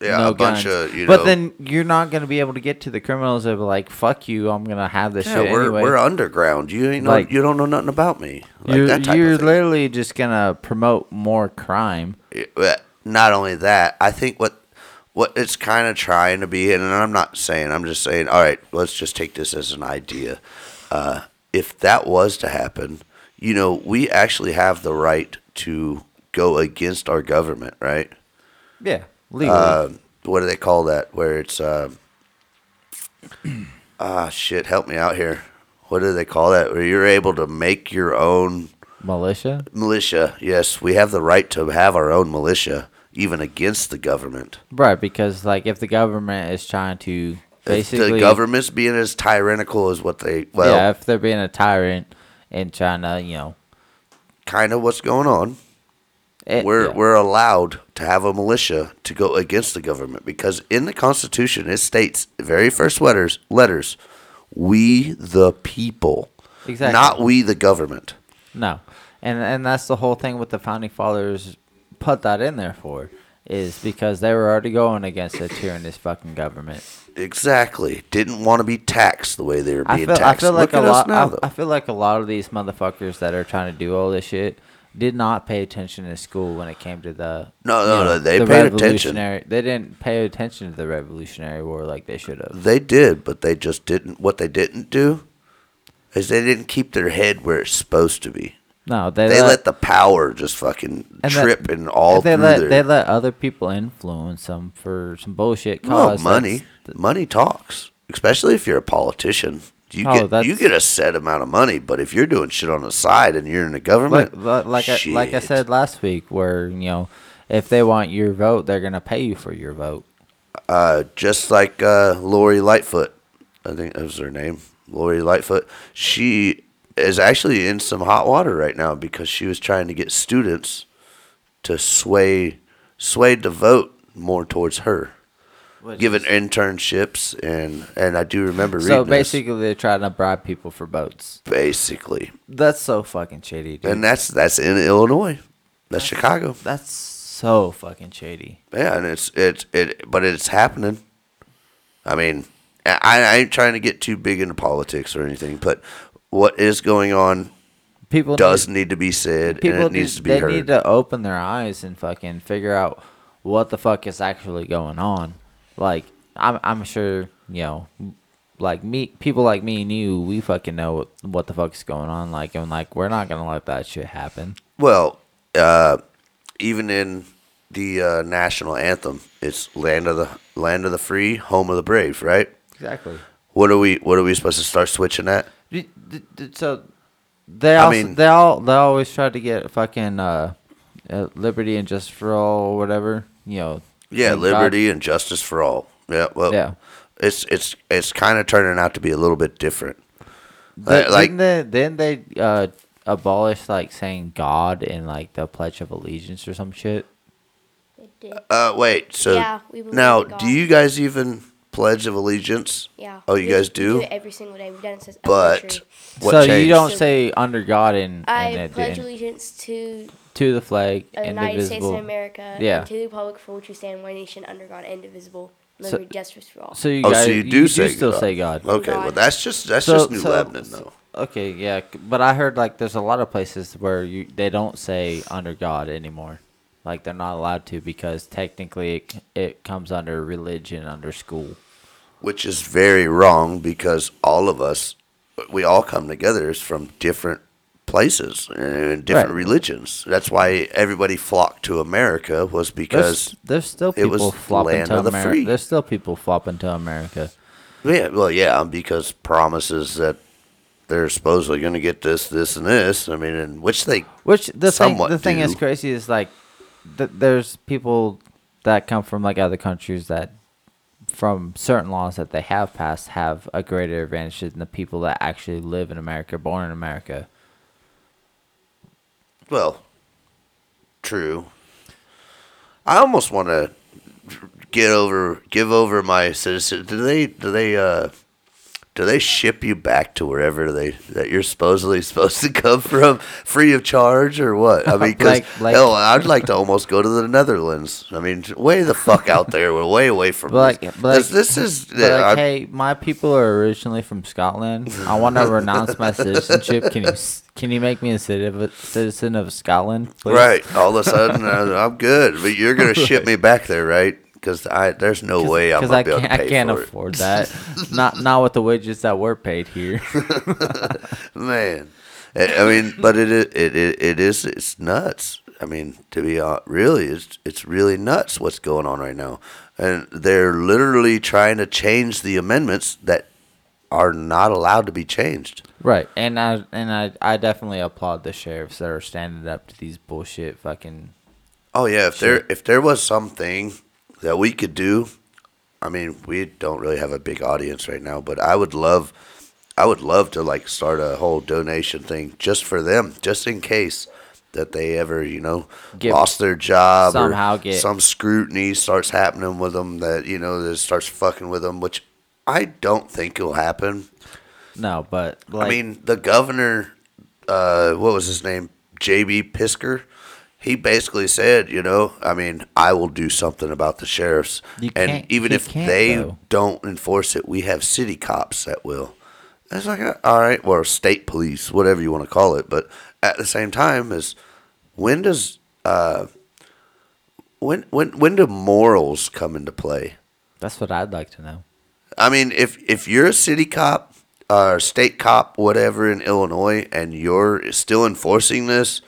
S2: yeah,
S1: no
S2: a bunch
S1: guns.
S2: of you know.
S1: but then you're not gonna be able to get to the criminals that are like, "Fuck you, I'm gonna have this
S2: yeah,
S1: shit
S2: we're
S1: anyway."
S2: we're underground. You ain't know,
S1: Like-
S2: you don't know nothing about me. Like
S1: you're
S2: that type
S1: you're
S2: of thing.
S1: literally just gonna promote more crime.
S2: It- but Not only that, I think what what it's kind of trying to be, and I'm not saying, I'm just saying, all right, let's just take this as an idea. Uh, if that was to happen, you know, we actually have the right to go against our government, right?
S1: Yeah, legally.
S2: Uh, what do they call that? Where it's, uh, ah, shit, help me out here. What do they call that? Where you're able to make your own
S1: Militia.
S2: militia. Yes, we have the right to have our own militia, even against the government.
S1: Right, because like if the government is trying to
S2: If
S1: basically
S2: the government's being as tyrannical as what they well,
S1: yeah, if they're being a tyrant and trying to you know,
S2: kind of what's going on.
S1: it,
S2: We're
S1: Eh, yeah.
S2: we're allowed to have a militia to go against the government because in the Constitution it states very first letters letters, we the people,
S1: Exactly.
S2: not we the government.
S1: no, and and that's the whole thing with the founding fathers put that in there for is because they were already going against a tyrannous fucking government.
S2: Exactly. Didn't want to be taxed the way they were
S1: I
S2: being
S1: feel I
S2: taxed.
S1: feel like
S2: Look
S1: a
S2: at us
S1: lot
S2: now,
S1: I,
S2: though.
S1: I feel like a lot of these motherfuckers that are trying to do all this shit did not pay attention in school when it came to the
S2: No,
S1: you
S2: no, no, they paid attention.
S1: revolutionary- They didn't pay attention to the Revolutionary War like they should have.
S2: They did, but they just didn't. What they didn't do is they didn't keep their head where it's supposed to be.
S1: No, they,
S2: They
S1: let,
S2: let the power just fucking
S1: and that-
S2: trip and all
S1: they
S2: through
S1: let
S2: their
S1: they let other people influence them for some bullshit
S2: Well,
S1: cause.
S2: money.
S1: That's- th-
S2: money talks, especially if you're a politician. You
S1: Oh,
S2: get you
S1: that's-
S2: get a set amount of money, but if you're doing shit on the side and you're in the government,
S1: Like like like I, like I
S2: shit.
S1: said last week, where you know if they want your vote, they're gonna pay you for your vote.
S2: uh, just like uh, Lori Lightfoot, I think that was her name, Lori Lightfoot. She is actually in some hot water right now because she was trying to get students to sway swayed to vote more towards her, given internships and and I do remember reading
S1: so
S2: this.
S1: basically, they're trying to bribe people for votes.
S2: basically,
S1: That's so fucking shady, dude.
S2: and that's that's in Illinois, that's Chicago.
S1: That's so fucking shady.
S2: Yeah, and it's it's it, but it's happening. I mean, I, I ain't trying to get too big into politics or anything, but what is going on
S1: People
S2: does
S1: need,
S2: need to be said, and
S1: people
S2: it needs
S1: need-
S2: to be
S1: they
S2: heard.
S1: need to open their eyes and fucking figure out what the fuck is actually going on. Like I'm I'm sure you know, like me people like me and you, we fucking know what, what the fuck is going on. Like and like we're not gonna let that shit happen.
S2: well, uh, even in the uh, national anthem, it's land of the land of the free, home of the brave, right?
S1: Exactly.
S2: What are we What are we supposed to start switching at?
S1: So they
S2: I
S1: all
S2: mean-
S1: they all they always try to get fucking uh, uh liberty and just for all or whatever you know.
S2: Yeah,
S1: thank God.
S2: liberty and justice for all. Yeah, well,
S1: Yeah.
S2: it's it's it's kind of turning out to be a little bit different.
S1: But
S2: like
S1: didn't they, didn't they uh, abolish like saying God in like the Pledge of Allegiance or some shit?
S3: It did.
S2: Uh, wait. So
S3: Yeah, we believe
S2: now,
S3: in God.
S2: do you guys even pledge of allegiance?
S3: Yeah.
S2: Oh, you
S3: We-
S2: guys
S3: we
S2: do.
S3: it every single day. We've done it since
S2: But
S3: elementary.
S2: what
S1: so
S2: changed?
S1: you don't
S3: So-
S1: say under God in, in
S3: I
S1: it,
S3: pledge
S1: in-
S3: allegiance to
S1: to the flag
S3: the
S1: and
S3: United States of
S1: divisible.
S3: America
S1: Yeah.
S3: and to the republic for which we stand, one nation under God, indivisible,
S1: So-
S3: liberty, justice for all.
S1: So you
S2: Oh,
S1: guys,
S2: so you do say
S1: still
S2: God.
S1: say God.
S2: Okay, well
S3: God.
S2: that's just that's
S1: So-
S2: just New
S1: so-
S2: Lebanon though.
S1: so- okay, yeah, c- but I heard like there's a lot of places where you they don't say under God anymore. Like they're not allowed to because technically it, c- it comes under religion under school.
S2: which is very wrong because all of us, we all come together is from different places and different
S1: Right.
S2: religions. That's why everybody flocked to America was
S1: There's,
S2: because
S1: there's still
S2: it was
S1: people flopping
S2: land
S1: to
S2: of the free.
S1: America. There's still people flopping to America.
S2: yeah, well, yeah, because promises that they're supposedly going to get this, this, and this. I mean, and which they
S1: Which the thing,
S2: Somewhat
S1: the thing is
S2: do.
S1: crazy is like, th- there's people that come from like other countries that, from certain laws that they have passed, have a greater advantage than the people that actually live in America, born in America.
S2: Well, true. I almost want to get over, give over my citizen. Do they, do they, uh, do they ship you back to wherever they that you're supposedly supposed to come from, free of charge or what? I mean, because
S1: Like- like-
S2: hell, I'd like to almost go to the Netherlands. I mean, way the fuck out there. We're way away from
S1: But
S2: this.
S1: like, but like,
S2: 'Cause this is
S1: but like,
S2: I'm-
S1: hey, my people are originally from Scotland. I want to renounce my citizenship. Can you s- can you make me a citi- citizen of Scotland? please?
S2: Right. All of a sudden, uh, I'm good, but you're gonna ship me back there, right? because I there's no
S1: Cause,
S2: way I'm
S1: 'cause
S2: gonna
S1: I
S2: be able to
S1: can't,
S2: pay
S1: I can't
S2: for
S1: afford that. not not with the wages that we're paid here.
S2: it. Man, I I mean, but it i- it it, it is it's nuts. I mean, to be hon- really, it's it's really nuts what's going on right now, and they're literally trying to change the amendments that are not allowed to be changed.
S1: right, and I and I, I definitely applaud the sheriffs that are standing up to these bullshit fucking.
S2: Oh yeah, if there if there was something that we could do, I mean, we don't really have a big audience right now, but I would love I would love to like start a whole donation thing just for them, just in case that they ever, you know,
S1: Give-
S2: lost their job
S1: somehow
S2: or
S1: get-
S2: some scrutiny starts happening with them that, you know, that starts fucking with them, which I don't think will happen.
S1: No, but like
S2: I mean, the governor, uh, what was his name? J.B. Pisker. He basically said, you know, I mean, I will do something about the sheriffs.
S1: You
S2: and
S1: can't-
S2: even
S1: he
S2: if
S1: can't,
S2: they
S1: though.
S2: don't enforce it, we have city cops that will. It's like, uh, all right, or state police, whatever you want to call it. But at the same time, is when does uh, when when when do morals come into play?
S1: that's what I'd like to know.
S2: I mean, if if you're a city cop uh, or state cop, whatever in Illinois, and you're still enforcing this,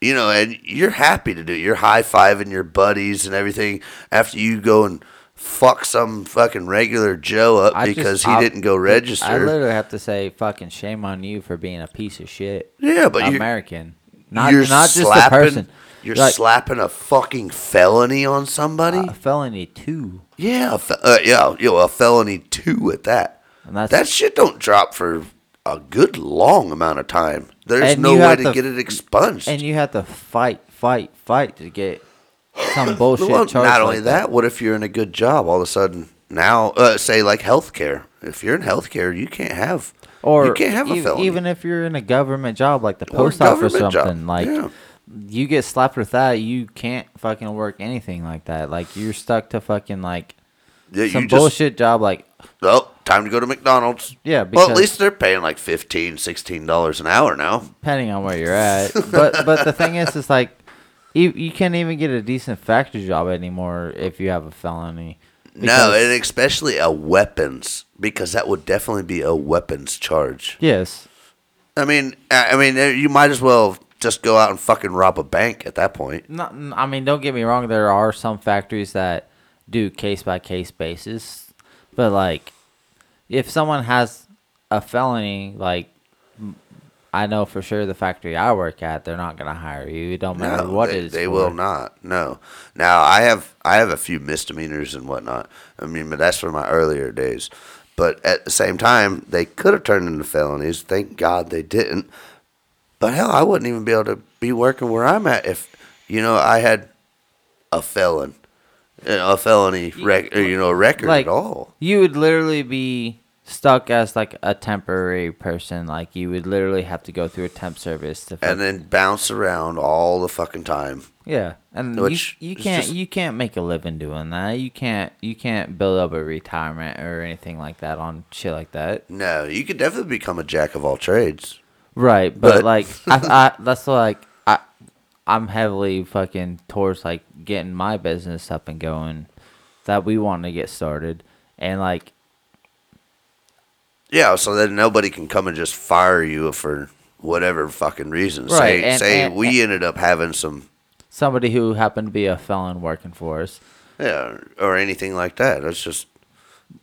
S2: you know, and you're happy to do it. You're high fiving your buddies and everything after you go and fuck some fucking regular Joe up
S1: I just-
S2: because he
S1: I-
S2: didn't go
S1: I
S2: register.
S1: literally have to say, fucking shame on you for being a piece of shit.
S2: yeah, but you're,
S1: American, not
S2: you're
S1: not just the
S2: slapping.
S1: person.
S2: You're
S1: Like,
S2: slapping a fucking felony on somebody.
S1: a felony too,
S2: yeah, a fe- uh, yeah, yo, a felony two at that.
S1: and that's
S2: That shit don't drop for a good long amount of time. There's
S1: And
S2: no
S1: you
S2: way
S1: have
S2: to,
S1: to-
S2: get it expunged.
S1: and you have to fight, fight, fight to get some bullshit
S2: Well,
S1: charge.
S2: not only
S1: like
S2: that, what if you're in a good job all of a sudden? Now, uh, say like healthcare. If you're in healthcare, you can't have
S1: or
S2: you can't have
S1: ev-
S2: a felony.
S1: even if you're in a government job like the
S2: Or
S1: post office or something,
S2: government job,
S1: like
S2: yeah.
S1: you get slapped with that, you can't fucking work anything like that. Like you're stuck to fucking like
S2: yeah,
S1: some
S2: you just
S1: bullshit job. Like
S2: oh, time to go to McDonald's.
S1: Yeah,
S2: well, at
S1: because-
S2: least they're paying like 15 dollars an hour now.
S1: depending on where you're at, but but the thing is, is like you you can't even get a decent factory job anymore if you have a felony.
S2: no,
S1: Because-
S2: and especially a weapons because that would definitely be a weapons charge.
S1: yes,
S2: I mean, I I mean, you might as well just go out and fucking rob a bank at that point.
S1: not, n- I mean, don't get me wrong. There are some factories that do case by case basis, but like, if someone has a felony, like, m- I know for sure the factory I work at, they're not gonna hire you. It don't matter
S2: No,
S1: what
S2: they,
S1: it is.
S2: they
S1: for.
S2: will not. No. Now I have I have a few misdemeanors and whatnot. I mean, but that's from my earlier days. But at the same time, they could have turned into felonies. Thank God they didn't. But hell, I wouldn't even be able to be working where I'm at if you know I had a felon, you know, a felony rec- or, you know, a record
S1: Like-
S2: at all.
S1: You would literally be stuck as like a temporary person. Like you would literally have to go through a temp service to. fuck-
S2: And then bounce around all the fucking time.
S1: yeah, and
S2: which
S1: you, you
S2: is
S1: can't
S2: just-
S1: you can't make a living doing that. You can't you can't build up a retirement or anything like that on shit like that.
S2: No, you could definitely become a jack of all trades.
S1: Right, but,
S2: But-
S1: like I, I that's like I I'm heavily fucking towards like getting my business up and going that we want to get started and like
S2: Yeah, so then nobody can come and just fire you for whatever fucking reason. say
S1: Right, and-
S2: say
S1: and-
S2: we ended up having some
S1: somebody who happened to be a felon working for us.
S2: yeah or anything like that. That's just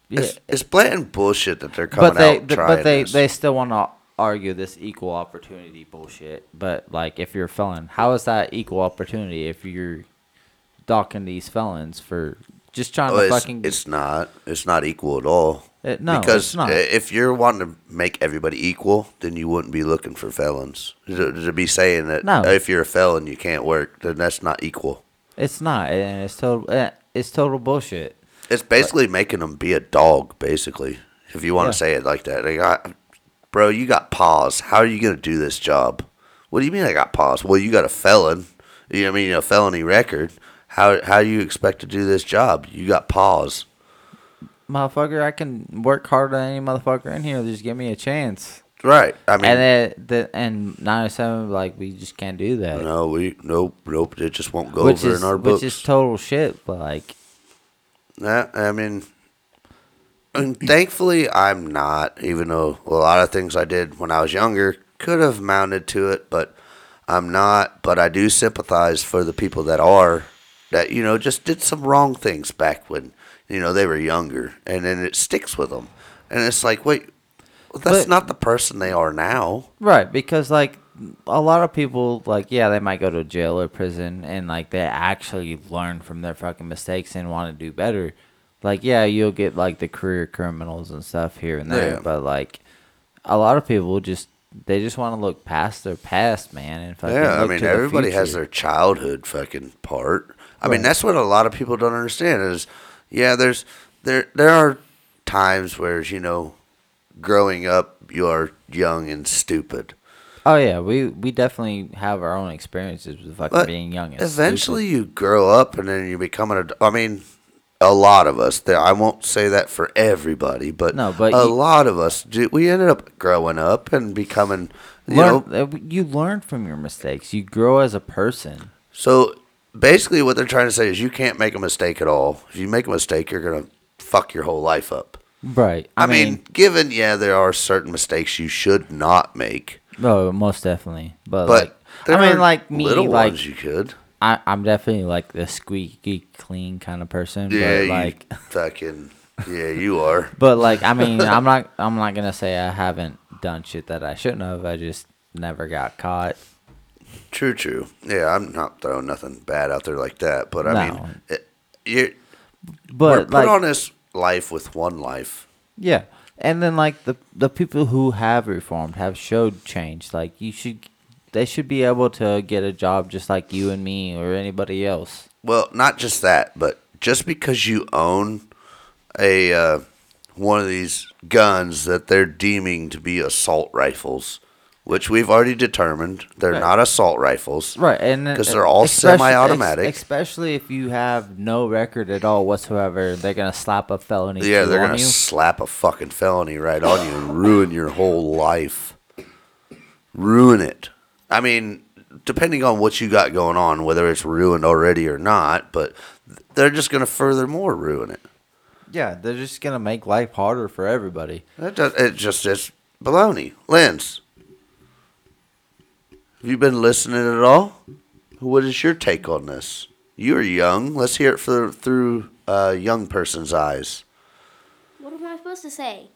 S1: Yeah,
S2: it's, it's blatant bullshit that they're coming
S1: but they
S2: out
S1: th-
S2: trying.
S1: but they
S2: this.
S1: they still want to argue this equal opportunity bullshit. But like if you're a felon, how is that equal opportunity if you're docking these felons for just trying
S2: Oh,
S1: to
S2: it's,
S1: fucking
S2: it's not it's not equal at all.
S1: Uh, no, it's
S2: because
S1: not.
S2: uh, if you're wanting to make everybody equal, then you wouldn't be looking for felons. To, to be saying that
S1: No.
S2: if you're a felon you can't work, then that's not equal.
S1: it's not and it's total eh, it's total bullshit.
S2: It's basically making them be a dog, basically, if you want
S1: Yeah.
S2: to say it like that. Like, I, bro, you got paws. How are you going to do this job? What do you mean I got paws? Well, you got a felon. You know what I mean? A felony record. How, how do you expect to do this job? You got paws.
S1: motherfucker, I can work harder than any motherfucker in here. Just give me a chance.
S2: Right. I mean,
S1: And then the and nine oh seven like we just can't do that,
S2: no, we, nope, nope. It just won't go
S1: which
S2: over
S1: is
S2: in our
S1: which
S2: books.
S1: is total shit. But like,
S2: That I mean, and thankfully I'm not. Even though a lot of things I did when I was younger could have mounted to it, but I'm not. But I do sympathize for the people that are that you know just did some wrong things back when you know they were younger, and then it sticks with them. And it's like, wait, that's
S1: But-
S2: not the person they are now.
S1: Right, because like a lot of people, like yeah, they might go to jail or prison, and like they actually learn from their fucking mistakes and want to do better. Like yeah, you'll get like the career criminals and stuff here and there,
S2: Yeah.
S1: but like a lot of people just they just want to look past their past, man, and fucking
S2: Yeah, I
S1: look
S2: mean
S1: to the
S2: everybody has
S1: future.
S2: their childhood fucking part. I mean
S1: Right.
S2: that's what a lot of people don't understand is yeah, there's there there are times where you know growing up you are young and stupid.
S1: Oh yeah, we we definitely have our own experiences with fucking
S2: But
S1: being young. And
S2: eventually you grow up and then you become an adult. I mean a lot of us there I won't say that for everybody, but,
S1: No, but
S2: a
S1: you-
S2: lot of us do, we ended up growing up and becoming you
S1: stupid. learn,
S2: know
S1: uh, you learn from your mistakes. You grow as a person.
S2: So basically, what they're trying to say is you can't make a mistake at all. If you make a mistake, you're gonna fuck your whole life up.
S1: Right.
S2: I, mean, given yeah, there are certain mistakes you should not make,
S1: Oh, most definitely. But,
S2: but
S1: like,
S2: there
S1: I mean,
S2: are
S1: like me,
S2: little
S1: like
S2: ones you could.
S1: I, I'm definitely like the squeaky clean kind of person.
S2: Yeah,
S1: but like,
S2: you fucking yeah, you are.
S1: but like, I mean, I'm not, I'm not gonna say I haven't done shit that I shouldn't have. I just never got caught.
S2: True, true. Yeah, I'm not throwing nothing bad out there like that, but I
S1: No.
S2: mean, it, you're we're
S1: But
S2: put
S1: like,
S2: on this life with one life.
S1: yeah, and then like the the people who have reformed have showed change. Like, you should, they should be able to get a job just like you and me or anybody else.
S2: Well, not just that, but just because you own a uh, one of these guns that they're deeming to be assault rifles, which we've already determined they're
S1: Right.
S2: not assault rifles.
S1: Right, and then-
S2: 'Cause they're all
S1: especially- ex-
S2: semi-automatic.
S1: Especially if you have no record at all whatsoever, they're gonna slap a felony.
S2: Yeah, they're
S1: on
S2: gonna
S1: you.
S2: slap a fucking felony right on you and ruin your whole life. Ruin it. I mean, depending on what you got going on, whether it's ruined already or not, but they're just gonna furthermore ruin it.
S1: yeah, they're just gonna make life harder for everybody.
S2: That does, it just is baloney. Lens, have you been listening at all? What is your take on this? You're young. Let's hear it for, through a young person's eyes.
S3: What am I supposed to say?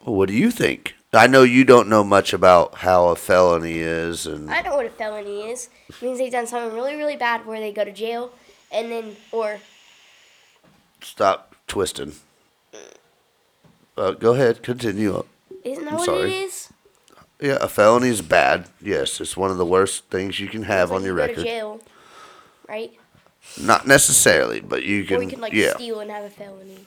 S2: What do you think? I know you don't know much about how a felony is, and
S3: I know what a felony is. It means they've done something really, really bad where they go to jail and then, or
S2: stop twisting. Uh, go ahead, continue.
S3: isn't that
S2: I'm
S3: what
S2: sorry.
S3: it is?
S2: Yeah, a felony is bad. Yes, it's one of the worst things you can have
S3: It's like
S2: on your
S3: you go
S2: record.
S3: To jail, right?
S2: Not necessarily, but you can.
S3: or you can like
S2: yeah.
S3: steal and have a felony.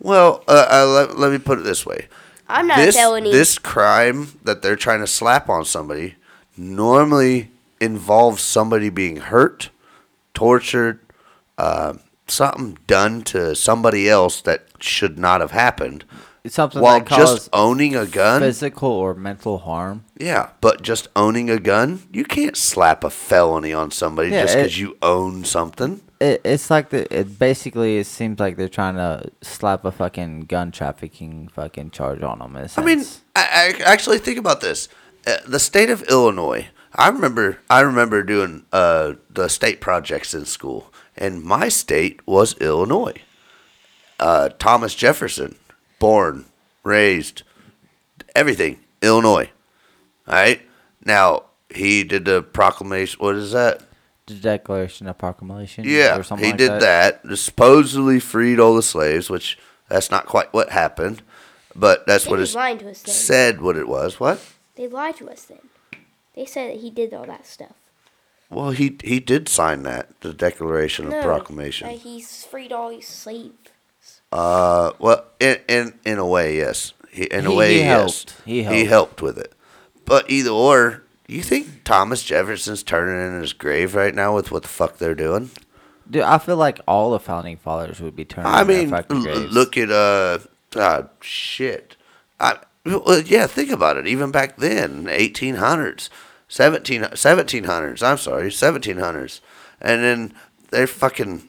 S2: Well, uh, uh, let, let me put it this way:
S3: I'm not
S2: this
S3: a felony.
S2: this crime that they're trying to slap on somebody normally involves somebody being hurt, tortured, uh, something done to somebody else that should not have happened.
S1: It's something
S2: While
S1: that causes
S2: just owning a gun,
S1: physical or mental harm.
S2: yeah, but just owning a gun, you can't slap a felony on somebody
S1: Yeah,
S2: just
S1: it-
S2: because you own something.
S1: It, it's like the it basically it seems like they're trying to slap a fucking gun trafficking fucking charge on them.
S2: I mean, I, I actually think about this. Uh, the state of Illinois. I remember. I remember doing uh, the state projects in school, and my state was Illinois. Uh, Thomas Jefferson, born, raised, everything Illinois. All right. Now he did the proclamation. What is that?
S1: the Declaration of Proclamation.
S2: Yeah,
S1: or something
S2: he
S1: like
S2: did that. Supposedly freed all the slaves, which that's not quite what happened, but that's
S3: they
S2: what
S3: was
S2: is
S3: lying to us then.
S2: said. What it was. What?
S3: they lied to us then. They said that he did all that stuff.
S2: Well, he he did sign that the Declaration
S3: no,
S2: of
S3: uh,
S2: Proclamation.
S3: he's freed all his slaves.
S2: Uh, well, in in, in a way, yes. He, in a
S1: He-
S2: way,
S1: he
S2: yes.
S1: helped. He
S2: He
S1: helped.
S2: helped with it. But either or, you think Thomas Jefferson's turning in his grave right now with what the fuck they're doing?
S1: Dude, I feel like all the founding fathers would be turning.
S2: I
S1: in their
S2: mean,
S1: fucking
S2: l-
S1: graves.
S2: look at uh, uh shit. I well, yeah, think about it. Even back then, 1800s, 17 1700s, I'm sorry, 1700s. And then they're fucking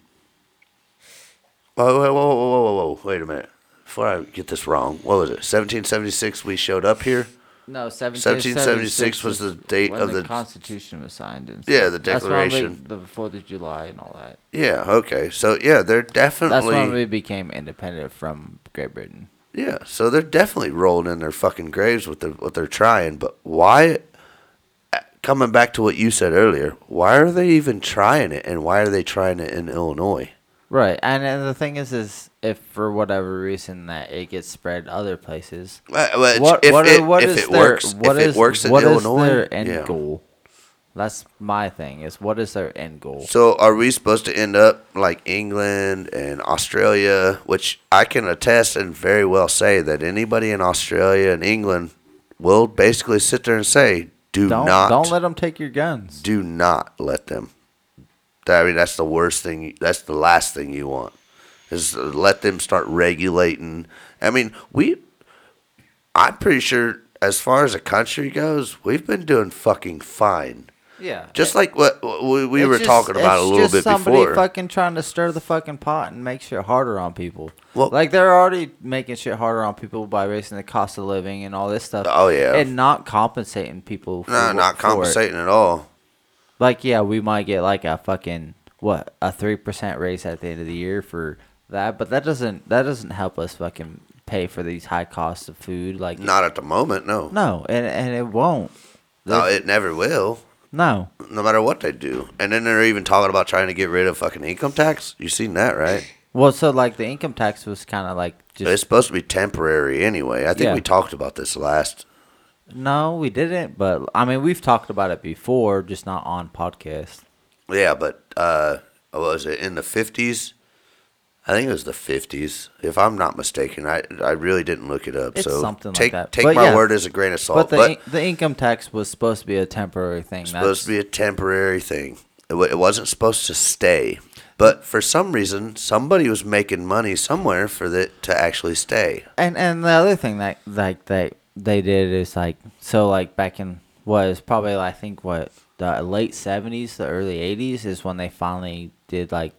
S2: Whoa, whoa, whoa, whoa, whoa, whoa, whoa. Wait a minute. Before I get this wrong, what was it? 1776, we showed up here.
S1: No,
S2: 1776 was the date
S1: when
S2: of the-
S1: Constitution was signed. And
S2: Yeah, the
S1: That's when we-
S2: Declaration.
S1: the Fourth of July and all that.
S2: Yeah, okay. So, yeah, they're
S1: That's
S2: definitely.
S1: when we became independent from Great Britain.
S2: Yeah, so they're definitely rolling in their fucking graves with the, what they're trying, but why? uh, Coming back to what you said earlier, why are they even trying it, and why are they trying it in Illinois?
S1: Right, and, and the thing is, is if for whatever reason that it gets spread other places,
S2: Well, well, it's-
S1: what
S2: if
S1: what
S2: it-
S1: are- what
S2: if
S1: is
S2: it
S1: their
S2: works-
S1: what
S2: if it
S1: is-
S2: works in
S1: what is
S2: Illinois,
S1: their end
S2: yeah.
S1: goal? That's my thing. Is what is their end goal?
S2: So are we supposed to end up like England and Australia, which I can attest and very well say that anybody in Australia and England will basically sit there and say, "Do
S1: don't
S2: not,
S1: don't let them take your guns.
S2: do not let them." That- I mean, that's the worst thing. That's the last thing you want is to let them start regulating. I mean, we. I'm pretty sure, as far as a country goes, we've been doing fucking fine.
S1: Yeah,
S2: Just like what what we, we
S1: It's
S2: were
S1: just-
S2: talking about a
S1: it's
S2: little
S1: just
S2: bit
S1: somebody
S2: before.
S1: fucking trying to stir the fucking pot and make shit harder on people.
S2: Well-
S1: like they're already making shit harder on people by raising the cost of living and all this stuff.
S2: Oh, yeah.
S1: and not compensating people. For,
S2: No,
S1: what-
S2: not
S1: for it.
S2: compensating at all.
S1: Like yeah, we might get like a fucking what a three percent raise at the end of the year for that, but that doesn't that doesn't help us fucking pay for these high costs of food. Like
S2: Not at the moment, no. No,
S1: no, and and it won't.
S2: it never will,
S1: No,
S2: no matter what they do. And then they're even talking about trying to get rid of fucking income tax. You seen that, right?
S1: well, so like the income tax was kind of like just
S2: It's supposed to be temporary anyway. I think
S1: Yeah.
S2: we talked about this last.
S1: No, we didn't. But I mean, we've talked about it before, just not on podcast.
S2: Yeah, but uh, what was it in the fifties? I think it was the fifties, if I'm not mistaken. I I really didn't look it up.
S1: It's
S2: so
S1: something like
S2: take
S1: that.
S2: take
S1: But
S2: my
S1: yeah.
S2: word as a grain of salt.
S1: But the
S2: but
S1: in- the income tax was supposed to be a temporary thing.
S2: supposed to be a temporary thing. It, wa it wasn't supposed to stay. But for some reason, somebody was making money somewhere for it to actually stay.
S1: and and the other thing that like that they did is like so like back in was probably I think what the late seventies, the early eighties is when they finally did like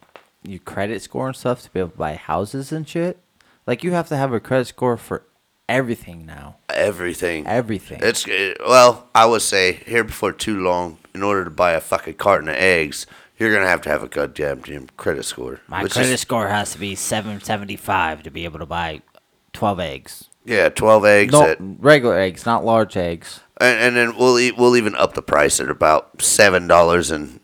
S1: your credit score and stuff to be able to buy houses and shit. Like you have to have a credit score for everything now.
S2: Everything.
S1: Everything.
S2: It's it, well, I would say here before too long. In order to buy a fucking carton of eggs, you're gonna have to have a goddamn damn credit score.
S4: My
S2: which is-
S4: credit score has to be 775 to be able to buy 12 eggs.
S2: yeah, twelve eggs.
S1: No,
S2: at, and,
S1: regular eggs, not large eggs.
S2: and then we'll e- we'll even up the price at about seven dollars and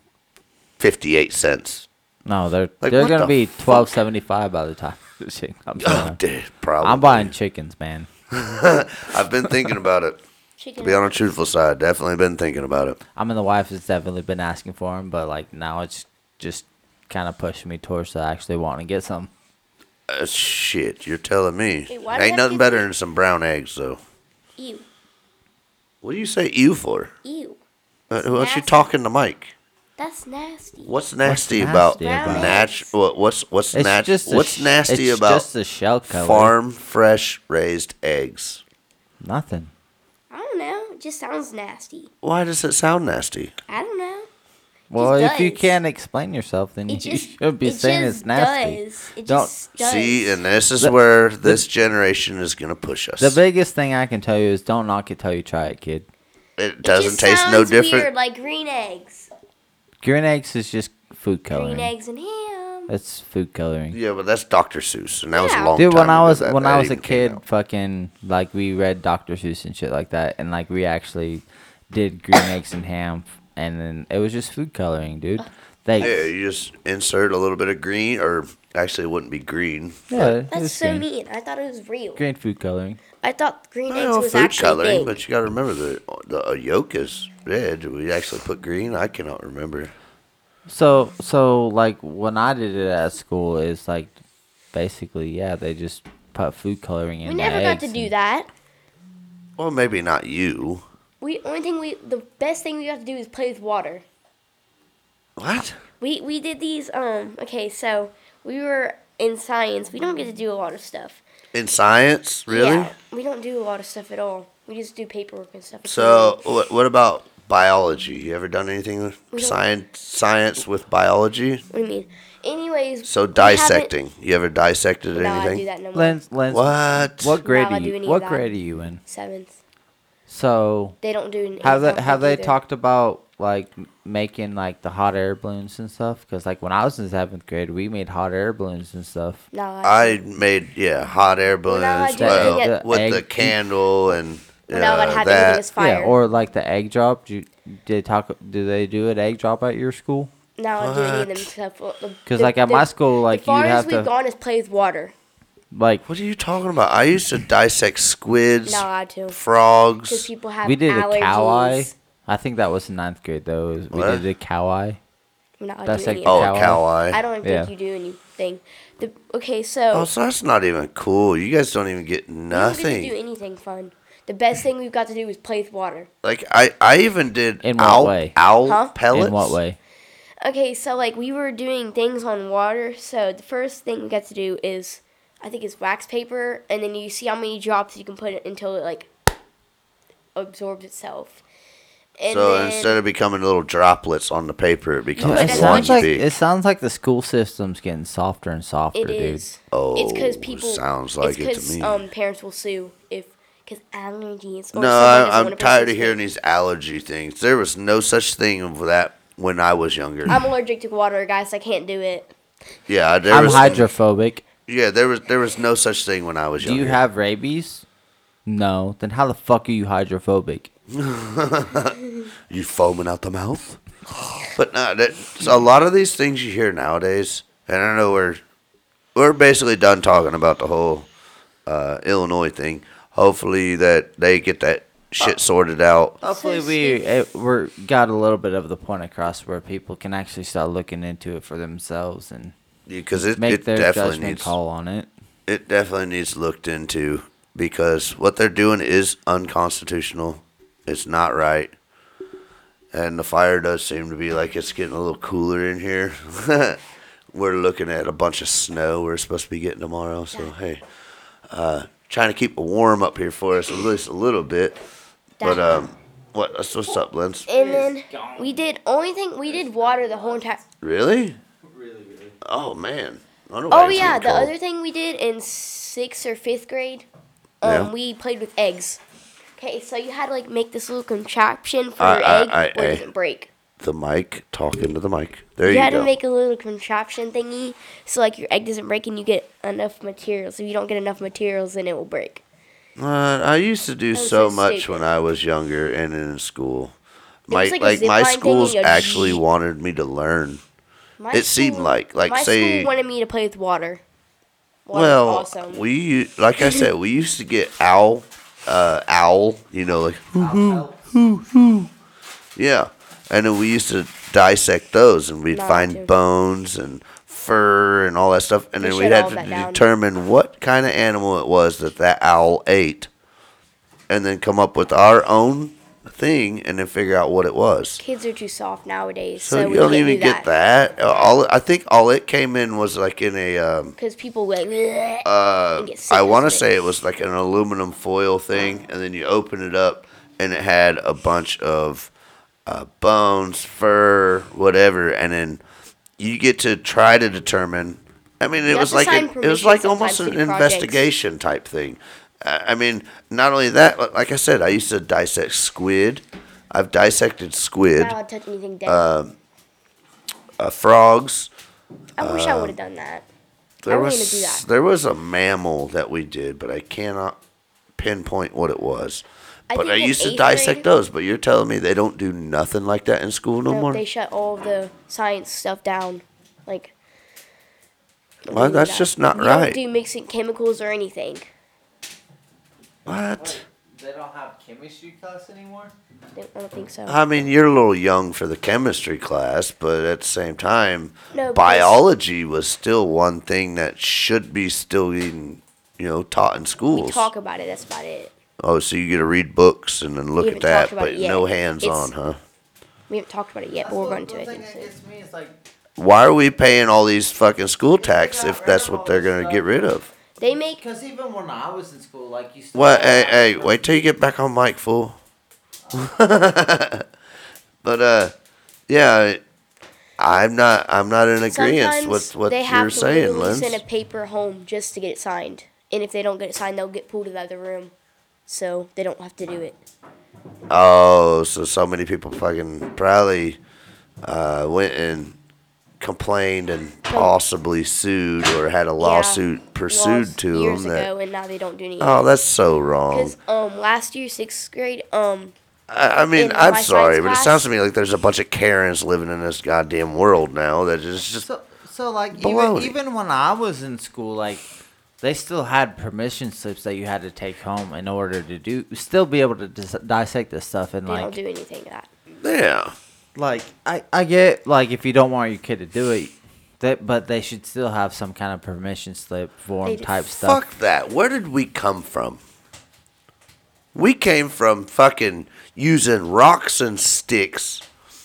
S2: fifty eight cents.
S1: No, they're
S2: Like,
S1: they're
S2: what
S1: gonna
S2: the
S1: be
S2: fuck?
S1: twelve seventy five by the time. Shit, I'm,
S2: Oh,
S1: sorry.
S2: dude, probably.
S1: Uh-huh. I'm buying chickens, man.
S2: I've been thinking about it.
S3: Chicken.
S2: To be on the truthful side, definitely been thinking about it.
S1: I mean, the wife has definitely been asking for them, but like now it's just kind of pushing me towards to actually wanting to get some.
S2: Uh, shit, you're telling me.
S3: Wait, why do you
S2: Ain't
S3: have
S2: nothing
S3: to-
S2: better than some brown eggs, though.
S3: Ew.
S2: What do you say ew for?
S3: Ew.
S2: Uh, what you
S3: nasty.
S2: talking to Mike?
S3: That's nasty.
S2: What's nasty, about,
S1: nasty
S3: about-
S2: nat- what, what's what's
S1: It's
S2: nat-
S1: just a
S2: what's
S1: sh-
S2: nasty
S1: it's
S2: about
S1: just the shell color.
S2: farm fresh raised eggs?
S1: Nothing.
S3: I don't know. It just sounds nasty.
S2: Why does it sound nasty?
S3: I don't know.
S1: Well, if you
S3: does.
S1: can't explain yourself, then you
S3: It just
S1: should be
S3: it
S1: saying
S3: just
S1: it's nasty.
S3: Does. It
S1: Don't-
S3: just does.
S2: See, and this is
S1: The-
S2: where this generation is gonna push us.
S1: The biggest thing I can tell you is don't knock it till you try it, kid.
S2: it
S3: It just
S2: doesn't taste no
S3: sounds
S2: different.
S3: Weird, like green eggs,
S1: Green eggs is just food coloring.
S3: green eggs and ham.
S1: That's food coloring.
S2: Yeah, but that's Dr. Seuss, and that was a
S3: Yeah.
S2: long
S1: Dude,
S2: time
S1: when I
S2: ago
S1: was
S2: that-
S1: when
S2: that
S1: I was a
S2: even came
S1: kid,
S2: out.
S1: fucking like we read Dr. Seuss and shit like that, and like we actually did green eggs and ham, and then it was just food coloring, dude.
S2: Yeah,
S1: They,
S2: you just insert a little bit of green, or actually, it wouldn't be green.
S1: yeah, it
S3: That's
S1: was
S3: so
S1: green.
S3: mean. I thought it was real.
S1: Green food coloring.
S3: I thought green
S2: I
S3: eggs
S2: know
S3: was
S2: food
S3: actually
S2: coloring,
S3: big.
S2: but you got to remember the the uh, yolk is red. Do we actually put green? I cannot remember.
S1: So so like when I did it at school, it's like basically yeah, they just put food coloring in.
S3: we
S1: the
S3: never got
S1: eggs
S3: to do
S1: and-
S3: that.
S2: Well, maybe not you.
S3: We only thing we the best thing we got to do is play with water.
S2: What?
S3: We we did these um okay so we were in science. We don't get to do a lot of stuff.
S2: In science, really?
S3: Yeah, we don't do a lot of stuff at all. We just do paperwork and stuff. It's
S2: So, what what about biology? You ever done anything with
S3: We don't-
S2: science science with biology?
S3: What do you mean? anyways,
S2: So
S3: we haven't-
S2: dissecting. You ever dissected
S3: No, I do
S2: anything?
S3: that no more.
S1: Lens, lens.
S2: What?
S1: What grade
S3: Wow, I
S1: do
S3: do
S1: you?
S3: any of
S1: What
S3: that.
S1: grade are you in?
S3: Seventh.
S1: So
S3: They don't do any.
S1: have they
S3: conflict
S1: have they
S3: either.
S1: talked about like m- making like the hot air balloons and stuff? Because like when I was in seventh grade, we made hot air balloons and stuff.
S3: No,
S2: I
S3: I.
S2: made yeah hot air
S3: Well, now I
S2: balloons
S3: do
S2: well,
S3: anything at-
S2: with
S1: Egg-
S2: the candle and
S3: Well, now
S2: uh,
S3: I'd have everything
S2: that.
S3: as fire.
S1: Yeah, or like the egg drop. Do you, did talk? Do they do an egg drop at your school?
S3: now I do any of them
S2: What?
S3: stuff.
S1: Because like at my school, like
S3: the
S1: you'd
S3: farthest
S1: have
S3: we've
S1: to
S3: gone is play with water.
S1: like
S2: What are you talking about? I used to dissect squids,
S3: No, I do. Because
S2: frogs.
S3: people have
S1: we did
S3: allergies.
S1: a cow eye. I think that was in ninth grade though. is We
S2: What?
S1: did a cow eye.
S3: No, I
S1: That's
S3: do
S1: like-
S3: any of
S2: Oh,
S3: that.
S2: a
S1: Cow
S2: cow eye.
S3: I don't think
S1: Yeah.
S3: you do anything. The, okay, so
S2: Oh, so that's not even cool. You guys don't even get
S3: we don't get
S2: nothing.
S3: to do anything fun. The best thing we've got to do is play with water.
S2: like I, I even did
S1: In what
S2: owl,
S1: way?
S2: owl
S3: Huh? In
S2: pellets.
S1: In what way?
S3: Okay, so like we were doing things on water. So the first thing we got to do is, I think it's wax paper, and then you see how many drops you can put it until it like absorbs itself. And
S2: so
S3: then,
S2: instead of becoming little droplets on the paper, it becomes
S3: But
S1: It
S2: one
S3: it's
S1: sounds like
S2: big.
S1: it sounds like the school system's getting softer and softer,
S3: it
S1: dude.
S3: is.
S2: Oh,
S3: it's because people.
S2: sounds like it to
S3: it's 'cause,
S2: me.
S3: Um, parents will sue if because allergies. Or
S2: No,
S3: someone
S2: I,
S3: doesn't
S2: I'm tired
S3: wanna
S2: of
S3: participate.
S2: hearing these allergy things. There was no such thing of that when I was younger.
S3: I'm allergic to water, guys. I can't do it.
S2: yeah, there
S1: I'm
S2: was.
S1: hydrophobic.
S2: Yeah, there was there was no such thing when I was
S1: Do
S2: younger.
S1: you have rabies? No. Then how the fuck are you hydrophobic?
S2: you foaming out the mouth? but no, that, so a lot of these things you hear nowadays, and I know we're we're basically done talking about the whole uh, Illinois thing. Hopefully that they get that shit sorted out.
S1: Hopefully,
S3: So
S1: we it, we're got a little bit of the point across where people can actually start looking into it for themselves and
S2: because it,
S1: make
S2: it
S1: their
S2: definitely
S1: judgment
S2: needs
S1: call on it.
S2: it definitely needs looked into because what they're doing is unconstitutional. It's not right. And the fire does seem to be like it's getting a little cooler in here. We're looking at a bunch of snow we're supposed to be getting tomorrow. So, hey, uh, trying to keep it warm up here for us at least a little bit. But,
S3: That-
S2: um, what, what's what's up, Lens?
S3: And then we did only thing we did water the whole entire.
S2: Really? Really, really. Oh, man. I wonder why
S3: Oh
S2: it's
S3: yeah,
S2: getting
S3: the
S2: cold.
S3: other thing we did in sixth or fifth grade, um,
S2: Yeah.
S3: we played with eggs. Okay, so you had to like make this little contraption for
S2: I-
S3: your
S2: I-
S3: egg
S2: I-
S3: where
S2: I-
S3: it doesn't break.
S2: The mic, talking to the mic. There
S3: You,
S2: you,
S3: had
S2: go.
S3: to make a little contraption thingy so like your egg doesn't break and you get enough materials. If you don't get enough materials, then it will break.
S2: Uh, I used to do
S3: was
S2: so
S3: so
S2: much
S3: stupid.
S2: when I was younger and in school.
S3: There
S2: My
S3: was,
S2: like,
S3: like, a zip
S2: my
S3: line thing
S2: schools
S3: and you go
S2: actually
S3: zzz.
S2: wanted me to learn.
S3: My
S2: It seemed like- like,
S3: my
S2: say-
S3: school wanted me to play with water. Water's
S2: well,
S3: awesome.
S2: we u- like I said, we used to get owl, uh, owl. You know, like yeah, and then we used to dissect those, and we'd
S3: No, I
S2: find
S3: do.
S2: bones and fur and all that stuff, and
S3: We
S2: then we
S3: shut
S2: had
S3: all that
S2: to
S3: down.
S2: determine what kind of animal it was that that owl ate, and then come up with our own thing, and then figure out what it was.
S3: Kids are too soft nowadays,
S2: So,
S3: so,
S2: you
S3: we
S2: don't
S3: can't
S2: even
S3: do
S2: get
S3: that
S2: that. Uh, All I think all it came in was like in a um,
S3: because people like.
S2: uh,
S3: get sick
S2: I
S3: of
S2: want to
S3: it.
S2: say it was like an aluminum foil thing, and then you open it up, and it had a bunch of uh, bones, fur, whatever, and then you get to try to determine. I mean, it
S3: have
S2: was
S3: to
S2: like an,
S3: sign
S2: it was
S3: permission
S2: like almost an
S3: sometimes to do projects.
S2: investigation type thing. Uh, I mean, not only that, but like I said, I used to dissect squid. I've dissected squid,
S3: Not allowed to touch anything dead.
S2: uh, frogs.
S3: I wish
S2: uh,
S3: I would have done that.
S2: There
S3: I wanna
S2: was
S3: do that.
S2: there was a mammal that we did, but I cannot pinpoint what it was.
S3: I
S2: But
S3: think
S2: I
S3: in
S2: used to
S3: eighth
S2: dissect
S3: grade-
S2: those. But you're telling me they don't do nothing like that in school no,
S3: No,
S2: more.
S3: they shut all the science stuff down. Like, don't
S2: Well,
S3: do
S2: that's
S3: that.
S2: just not
S3: You
S2: right.
S3: Don't do mixing chemicals or anything.
S2: what?
S1: They don't have chemistry class anymore.
S3: I don't- I don't think so.
S2: I mean, you're a little young for the chemistry class, but at the same time,
S3: No, because-
S2: biology was still one thing that should be still being, you know, taught in schools.
S3: we talk about it. That's about it.
S2: oh, so you get to read books and then look
S3: We
S2: at
S3: haven't
S2: that,
S3: talked about
S2: but
S3: it yet.
S2: no hands
S3: It's-
S2: on, huh?
S3: We haven't talked about it yet, but we're going to. I think soon.
S1: me is like
S2: Why are we paying all these fucking school tax if that's what they're gonna get rid of?
S3: They make.
S1: Because even when I was in school, like you still
S2: What? Hey, hey, wait till you get back on mic, fool. but uh, yeah, I I'm not. I'm not in agreement
S3: Sometimes
S2: with what
S3: they have
S2: you're
S3: to
S2: saying,
S3: literally
S2: Lynn.
S3: send a paper home just to get it signed. And if they don't get it signed, they'll get pulled out of the room. So they don't have to do it.
S2: Oh, so so many people fucking probably uh, went and complained and possibly sued or had a lawsuit pursued
S3: Laws
S2: to
S3: years
S2: them. That
S3: ago, and now they don't do anything.
S2: oh, that's so wrong.
S3: Because um, last year, sixth grade, um,
S2: I, I mean,
S3: in
S2: I'm
S3: my
S2: sorry,
S3: science
S2: but it
S3: class-
S2: sounds to me like there's a bunch of Karens living in this goddamn world now that is just
S1: So, so like even,
S2: Baloney.
S1: even when I was in school, like they still had permission slips that you had to take home in order to do, still be able to dis- dissect this stuff and
S3: they
S1: like,
S3: don't do anything like that.
S2: yeah.
S1: like I, I get like if you don't want your kid to do it, that but they should still have some kind of permission slip form
S3: They-
S1: type stuff.
S2: Fuck that. Where did we come from? We came from fucking using rocks and sticks,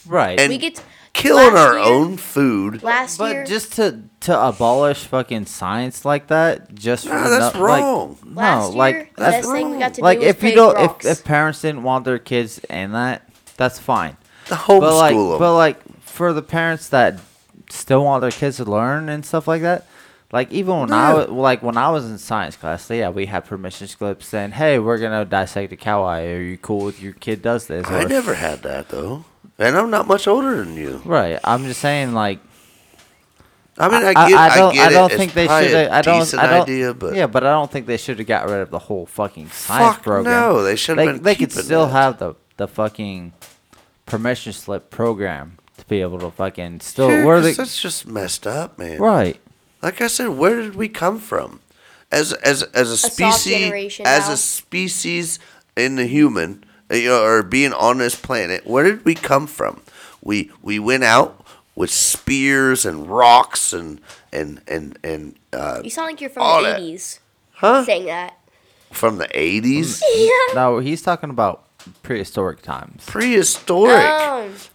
S1: Right.
S2: and-
S3: We get to,
S2: killing
S3: Last
S2: our
S3: year-
S2: own food.
S3: last
S1: but
S3: year.
S1: just to to abolish fucking science like that, just for
S2: Nah, that's
S1: no- like-
S2: wrong.
S1: no,
S3: Last
S1: like
S3: year, the
S1: that's
S3: best thing we got to
S1: like
S3: do was
S1: if you
S3: play
S1: don't
S3: rocks.
S1: if, if parents didn't want their kids in that that's fine
S2: The
S1: but like
S2: homeschool 'em.
S1: but like for the parents that still want their kids to learn and stuff like that like even when i
S2: Yeah.
S1: was like when i was in science class yeah we had permission slips saying hey we're gonna dissect a cow eye are you cool if your kid does this
S2: I
S1: Or-
S2: never had that though, and I'm not much older than you.
S1: right i'm just saying like
S2: I mean, I
S1: I,
S2: get,
S1: I
S2: I
S1: don't. I,
S2: get it.
S1: don't
S2: It's
S1: think they
S2: probably
S1: should.
S2: a
S1: I don't.
S2: decent
S1: I don't.
S2: idea, but
S1: yeah, but I don't think they should have got rid of the whole fucking science
S2: Fuck
S1: program.
S2: no, they should have
S1: They,
S2: been
S1: they could
S2: keeping
S1: still
S2: that.
S1: have the the fucking permission slip program to be able to fucking still.
S2: Yeah,
S1: where
S2: 'cause
S1: they
S2: that's just messed up, man.
S1: right?
S2: Like I said, where did we come from? As as as a
S3: soft
S2: species,
S3: generation
S2: as
S3: now.
S2: a species in the human uh, you know, or being on this planet, where did we come from? We we went out with spears and rocks and and and and uh,
S3: you sound like you're from
S2: all
S3: the
S2: that.
S3: 80s
S2: huh
S3: saying that.
S2: from the eighties,
S3: Mm.
S1: No, he's talking about prehistoric times.
S2: prehistoric.
S3: Um,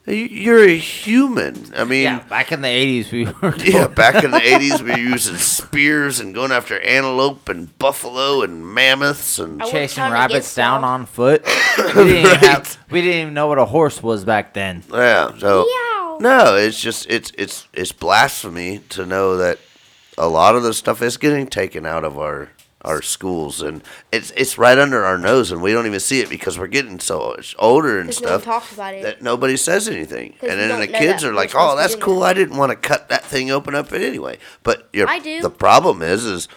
S2: You- You're a human. I mean,
S1: Yeah, back in the eighties, we were.
S2: Yeah, back in the eighties, we were using spears and going after antelope and buffalo and mammoths and
S3: I-
S1: Chasing
S3: Well, time to get
S1: rabbits down
S3: south.
S1: on foot. We didn't, even
S2: Right.
S1: have, we didn't even know what a horse was back then.
S2: yeah. So
S3: Meow.
S2: no, it's just it's it's it's blasphemy to know that a lot of the stuff is getting taken out of our our schools and it's it's right under our nose and we don't even see it because we're getting so much older and
S3: 'Cause no one
S2: stuff
S3: talks about it.
S2: that nobody says anything
S3: 'Cause
S2: and
S3: we
S2: then
S3: don't
S2: the
S3: know
S2: kids
S3: that
S2: are
S3: we're
S2: like
S3: supposed
S2: oh
S3: to be
S2: that's
S3: doing
S2: cool
S3: that."
S2: I didn't want to cut that thing open up anyway but your,
S3: I do.
S2: the problem is is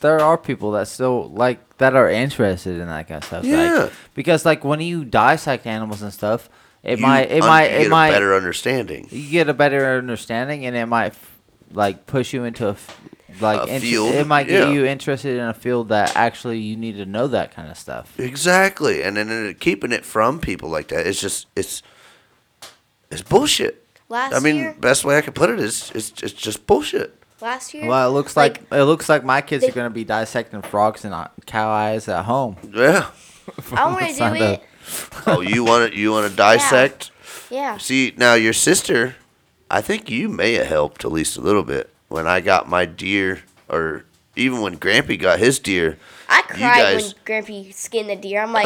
S1: there are people that still like that are interested in that kind of stuff.
S2: Yeah.
S1: Like, because like when you dissect animals and stuff, it
S2: you
S1: might it
S2: un-
S1: might
S2: you
S1: it
S2: get a
S1: might
S2: better understanding
S1: you get a better understanding and it might like push you into a f- like
S2: A
S1: int-
S2: field,
S1: it might
S2: yeah.
S1: get you interested in a field that actually you need to know that kind of stuff.
S2: Exactly, and then uh, keeping it from people like that it's just it's it's bullshit.
S3: last
S2: I mean,
S3: year,
S2: best way I can put it is it's it's just bullshit.
S3: last year.
S1: Well, it looks like, it looks like my kids
S3: they-
S1: are going to be dissecting frogs and uh, cow eyes at home.
S2: Yeah.
S3: I want to do
S1: Sound
S3: it.
S1: up.
S2: Oh, you want to you want to dissect?
S3: Yeah.
S2: See now your sister, I think you may have helped at least a little bit when I got my deer, or even when Grampy got his deer.
S3: I cried
S2: guys-
S3: when Grampy skinned the deer. I'm like,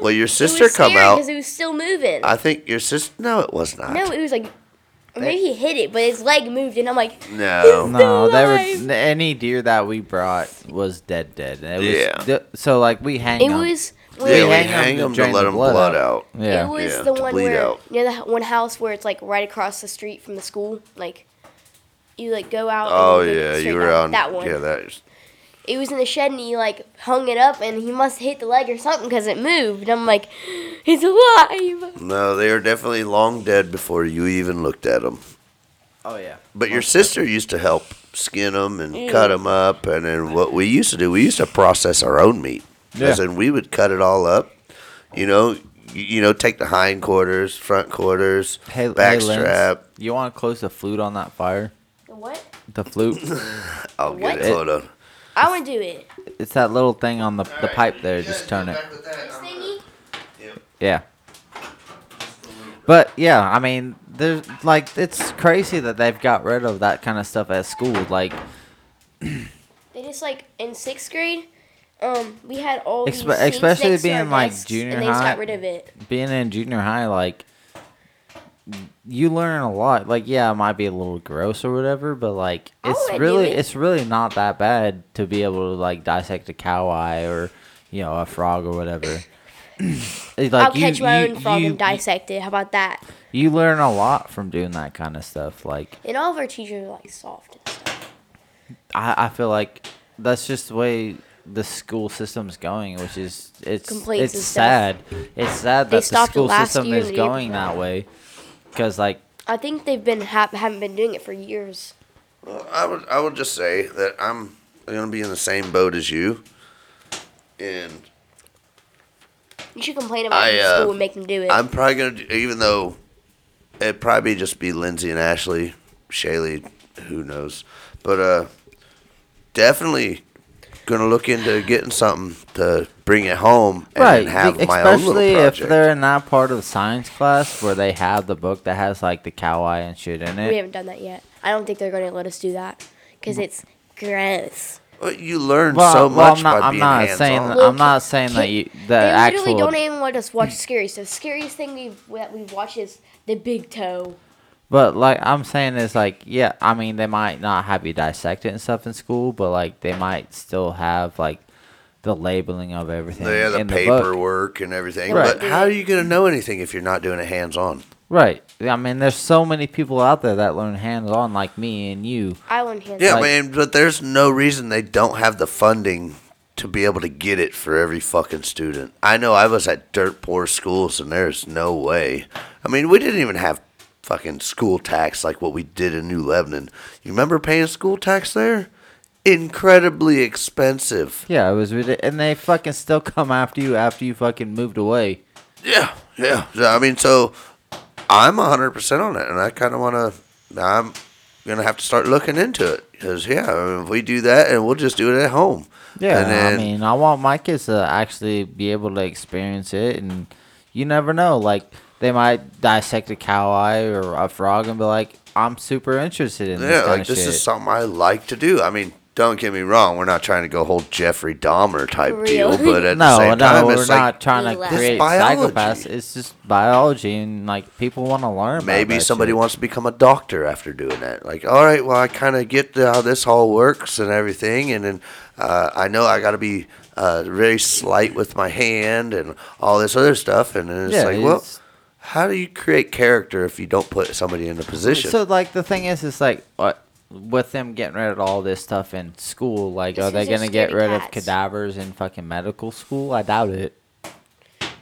S2: Well, your sister come out.
S3: because it was still moving.
S2: I think your sister. No, it was not.
S3: no, it was like or maybe he hit it, but his leg moved, and I'm like,
S2: no.
S1: No, they were
S3: alive.
S1: n- any deer that we brought was dead, dead. It was,
S2: Yeah.
S1: th- so like we hang.
S3: it
S1: 'em.
S3: was.
S2: Yeah,
S3: When,
S2: we
S1: hang 'em
S2: hang
S1: to
S2: them to
S1: drain
S2: let
S1: the
S2: them
S1: blood
S2: blood out.
S1: out. Yeah.
S3: It was
S2: Yeah,
S3: the
S2: to
S3: one
S2: bleed
S3: where
S2: out.
S3: near the h- one house where it's like right across the street from the school, like. You like go out. and
S2: Oh
S3: you, like,
S2: yeah,
S3: straight
S2: you were
S3: down.
S2: on
S3: that one.
S2: Yeah, that's
S3: It was in the shed, and he like hung it up, and he must have hit the leg or something because it moved. And I'm like, he's alive.
S2: No, they are definitely long dead before you even looked at them.
S1: Oh yeah.
S2: But your sister used to help skin them and cut 'em cut them up. And then what we used to do, we used to process our own meat.
S1: Yeah.
S2: As in, we would cut it all up, you know, y- you know, take the hind quarters, front quarters,
S1: Hey,
S2: back
S1: hey, Lance,
S2: strap.
S1: you want to close the flute on that fire?
S3: The What?
S1: The flute.
S2: I'll get
S3: What?
S2: it. Hold on.
S3: I want to do it.
S1: it's that little thing on the, the pipe there. Just turn it.
S3: This thingy.
S1: Yeah. But yeah, I mean, there's like it's crazy that they've got rid of that kind of stuff at school. Like,
S3: They just like in sixth grade, um, we had
S1: Expe-
S3: all these seats
S1: especially
S3: next to
S1: being,
S3: our
S1: like,
S3: desks,
S1: junior
S3: and they just
S1: high.
S3: got rid of it.
S1: being in junior high, like you learn a lot. Like, yeah, it might be a little gross or whatever, but like,
S3: I
S1: it's
S3: wouldn't do
S1: really,
S3: it.
S1: it's really not that bad to be able to like dissect a cow eye or, you know, a frog or whatever. It's like
S3: I'll catch my own frog
S1: you,
S3: and dissect it. How about that?
S1: You learn a lot from doing that kind of stuff. Like,
S3: And all of our teachers are like soft and stuff.
S1: I, I feel like that's just the way the school system's going, which is it's it's
S3: Complaints and stuff.
S1: sad. It's sad that
S3: They
S1: the
S3: stopped it
S1: school
S3: last
S1: system
S3: year and
S1: is
S3: the year
S1: going
S3: before.
S1: that way, because like
S3: I think they've been ha- haven't been doing it for years.
S2: I would I would just say that I'm gonna be in the same boat as you, and
S3: You should complain about
S2: I,
S3: it in
S2: uh,
S3: school and make them do it.
S2: I'm probably gonna do, even though it'd probably just be Lindsay and Ashley, Shaylee, who knows, but uh, definitely gonna look into getting something to bring it home and then have
S1: be-
S2: my own
S1: especially
S2: little
S1: if
S2: project.
S1: they're in that part of science class where they have the book that has like the cow eye and shit in
S3: we
S1: it.
S3: haven't done that yet. I don't think they're going to let us do that because it's gross.
S2: Well, you learn
S1: Well,
S2: so
S1: well,
S2: much
S1: I'm not,
S2: by
S1: I'm
S2: being
S1: not
S2: hands
S1: saying
S2: on.
S1: I'm not saying that you the
S3: they
S1: actual.
S3: literally don't even let us watch scary. So the scariest thing we that we watch is the big toe.
S1: But like I'm saying is like yeah, I mean they might not have you dissect it and stuff in school, but like they might still have like the labeling of everything
S2: They have the
S1: in the book.
S2: paperwork and everything,
S1: Right.
S2: but how are you gonna know anything if you're not doing it hands on?
S1: Right. I mean there's so many people out there that learn hands on like me and you.
S3: I wouldn't hand
S2: Yeah,
S1: Like-
S2: man, but there's no reason they don't have the funding to be able to get it for every fucking student. I know I was at dirt poor schools, and there's no way. I mean, we didn't even have fucking school tax like what we did in New Lebanon. You remember paying school tax there? Incredibly expensive.
S1: Yeah, it was ridic- and they fucking still come after you after you fucking moved away.
S2: Yeah, yeah. So, I mean, so I'm 100% on it, and I kind of want to. I'm going to have to start looking into it. Because, yeah, I mean, if we do that, and we'll just do it at home.
S1: Yeah,
S2: And then-
S1: I mean, I want my kids to actually be able to experience it, and you never know. Like they might dissect a cow eye or a frog and be like, "I'm super interested in
S2: Yeah,
S1: this kind
S2: like
S1: of
S2: this
S1: shit."
S2: is something I like to do. I mean, don't get me wrong, we're not trying to go whole Jeffrey Dahmer type
S3: Really?
S2: deal, but at the
S1: no, no,
S2: same time,
S1: we're
S2: it's
S1: not
S2: like
S1: trying to
S3: Relax.
S1: create
S2: It's biology.
S1: psychopaths. It's just biology, and like people want to learn. about
S2: maybe
S1: that
S2: somebody
S1: shit.
S2: wants to become a doctor after doing that. Like, all right, well, I kind of get the, how this all works and everything, and then uh, I know I got to be uh, very slight with my hand and all this other stuff, and then it's
S1: Yeah,
S2: like, well,
S1: it's-
S2: how do you create character if you don't put somebody in a position?
S1: So like the thing is, it's like uh, with them getting rid of all this stuff in school, like
S3: This
S1: are they
S3: is their
S1: gonna get
S3: scaredy
S1: rid of
S3: cats.
S1: cadavers in fucking medical school? I doubt it.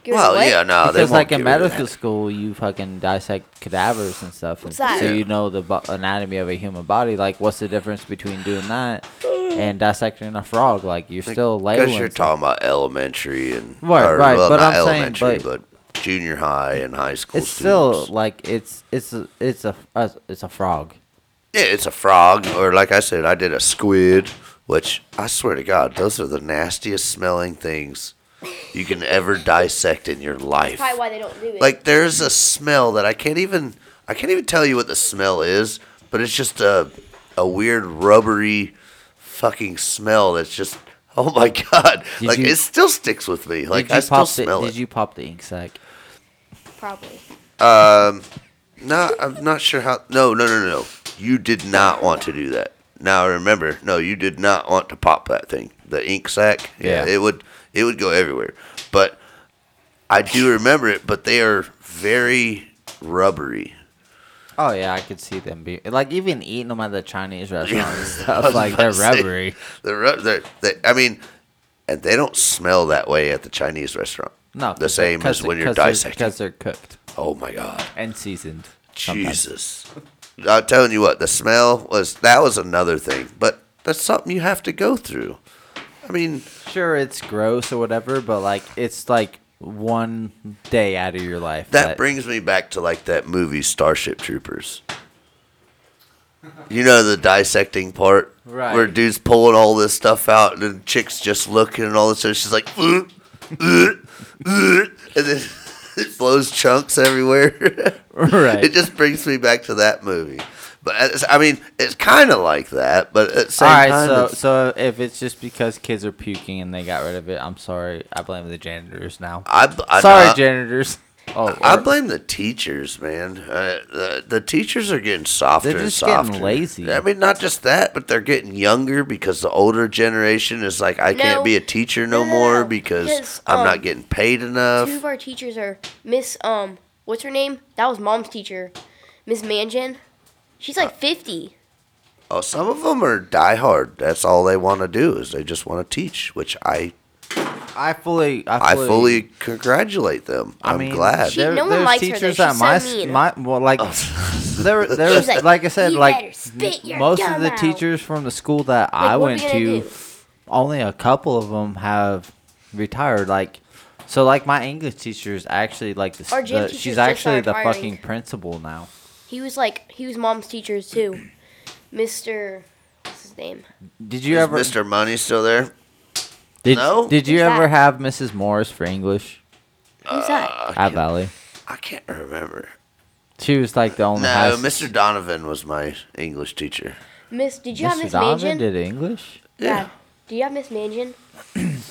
S3: Give us
S2: well,
S3: what?
S2: yeah, no, Uh, they
S1: because
S2: won't
S1: like in
S2: get rid of
S1: medical
S2: that.
S1: school, you fucking dissect cadavers and stuff, and
S3: What's that?
S1: so
S3: Yeah.
S1: you know the bo- anatomy of a human body. Like, what's the difference between doing that and dissecting a frog? Like, you're still
S2: Because
S1: labeling.
S2: you're
S1: stuff.
S2: talking about elementary and
S1: Right,
S2: or,
S1: right,
S2: Well,
S1: but
S2: not
S1: I'm saying,
S2: elementary,
S1: but-
S2: but junior high and high school.
S1: It's
S2: students.
S1: still like it's it's a, it's a uh, it's a frog.
S2: yeah, it's a frog, or like I said, I did a squid, which I swear to God, those are the nastiest smelling things you can ever dissect in your life.
S3: Probably why they don't do it.
S2: Like there's a smell that I can't even I can't even tell you what the smell is, but it's just a a weird rubbery fucking smell that's just oh my god.
S1: Did
S2: like
S1: you-
S2: it still sticks with me. Like
S1: did you
S2: I still
S1: pop
S2: smell
S1: the,
S2: it.
S1: Did you pop the ink sac?
S3: probably.
S2: No, I'm not sure how. No, no, no, no. You did not want to do that. Now remember, no, you did not want to pop that thing, the ink sack. Yeah,
S1: Yeah.
S2: it would it would go everywhere. But I do remember it. But they are very rubbery.
S1: Oh yeah, I could see them be like even eating them at the Chinese restaurant and
S2: I
S1: stuff.
S2: was
S1: Like
S2: about
S1: they're
S2: to say,
S1: rubbery.
S2: They're, rub- they're they, I mean, and they don't smell that way at the Chinese restaurant.
S1: No,
S2: the same as when you're dissecting.
S1: because they're cooked
S2: Oh my god.
S1: and seasoned. sometimes.
S2: Jesus. I'm telling you what, the smell was that was another thing, but that's something you have to go through. I mean,
S1: sure it's gross or whatever, but like it's like one day out of your life.
S2: that brings me back to like that movie Starship Troopers. You know the dissecting part,
S1: Right.
S2: Where dude's pulling all this stuff out, and the chick's just looking and all this. And she's like, "Ugh, ugh, ugh," and then it blows chunks everywhere.
S1: right.
S2: It just brings me back to that movie. But it's- I mean, it's kind of like that, but at the same
S1: all right,
S2: time,
S1: so
S2: it's-
S1: so if it's just because kids are puking and they got rid of it, I'm sorry. I blame the janitors now.
S2: I, I,
S1: sorry,
S2: I,
S1: janitors. Oh,
S2: I
S1: or-
S2: blame the teachers, man. Uh, the, the teachers are getting softer
S1: They're
S2: and
S1: just getting
S2: softer.
S1: lazy.
S2: I mean, not just that, but they're getting younger because the older generation is like, I
S3: No.
S2: can't be a teacher no,
S3: No, no, no,
S2: more
S3: no.
S2: because
S3: Because,
S2: I'm
S3: um,
S2: not getting paid
S1: uh,
S2: enough.
S3: Two of our teachers are Miss um what's her name? That was mom's teacher. Miss Manjan. She's
S1: Uh,
S3: like 50.
S2: Oh, some of them are diehard. That's all they want to do is they just want to teach, which I
S1: I fully, I
S2: I
S1: fully,
S2: fully congratulate them.
S1: I
S2: I'm
S1: mean,
S2: glad. Oh.
S3: She- no one
S1: there's
S3: likes her, though.
S1: teachers
S3: She's
S1: at my,
S3: so
S1: s-
S3: mean.
S1: my, well, like, there, there was,
S3: She's like,
S1: like, I said,
S3: "You
S1: like,
S3: better spit your
S1: most of
S3: gum
S1: the
S3: out."
S1: teachers from the school that I
S3: what are we
S1: went
S3: gonna
S1: to,
S3: do?
S1: only a couple of them have retired. Like, so, like, my English teacher is actually like the, s-
S3: Our gym
S1: the
S3: teacher
S1: she's
S3: just
S1: actually
S3: started
S1: the
S3: hiring.
S1: fucking principal now.
S3: He was like he was mom's teacher too. Mr. what's his name?
S1: Did you
S2: Is
S1: ever?
S2: Mr. Money still there?
S1: Did,
S2: No?
S1: Did you
S3: Who's
S1: ever
S3: that?
S1: have Mrs. Morris for English
S3: Who's that?
S2: Uh,
S1: at Valley?
S2: I can't remember.
S1: She was like the only. high
S2: No,
S1: s-
S2: Mr. Donovan was my English teacher.
S3: Miss did you have
S1: Mr.
S3: Miss
S1: Donovan
S3: Manjan?
S1: did English.
S3: yeah. Do you have Miss Manjan?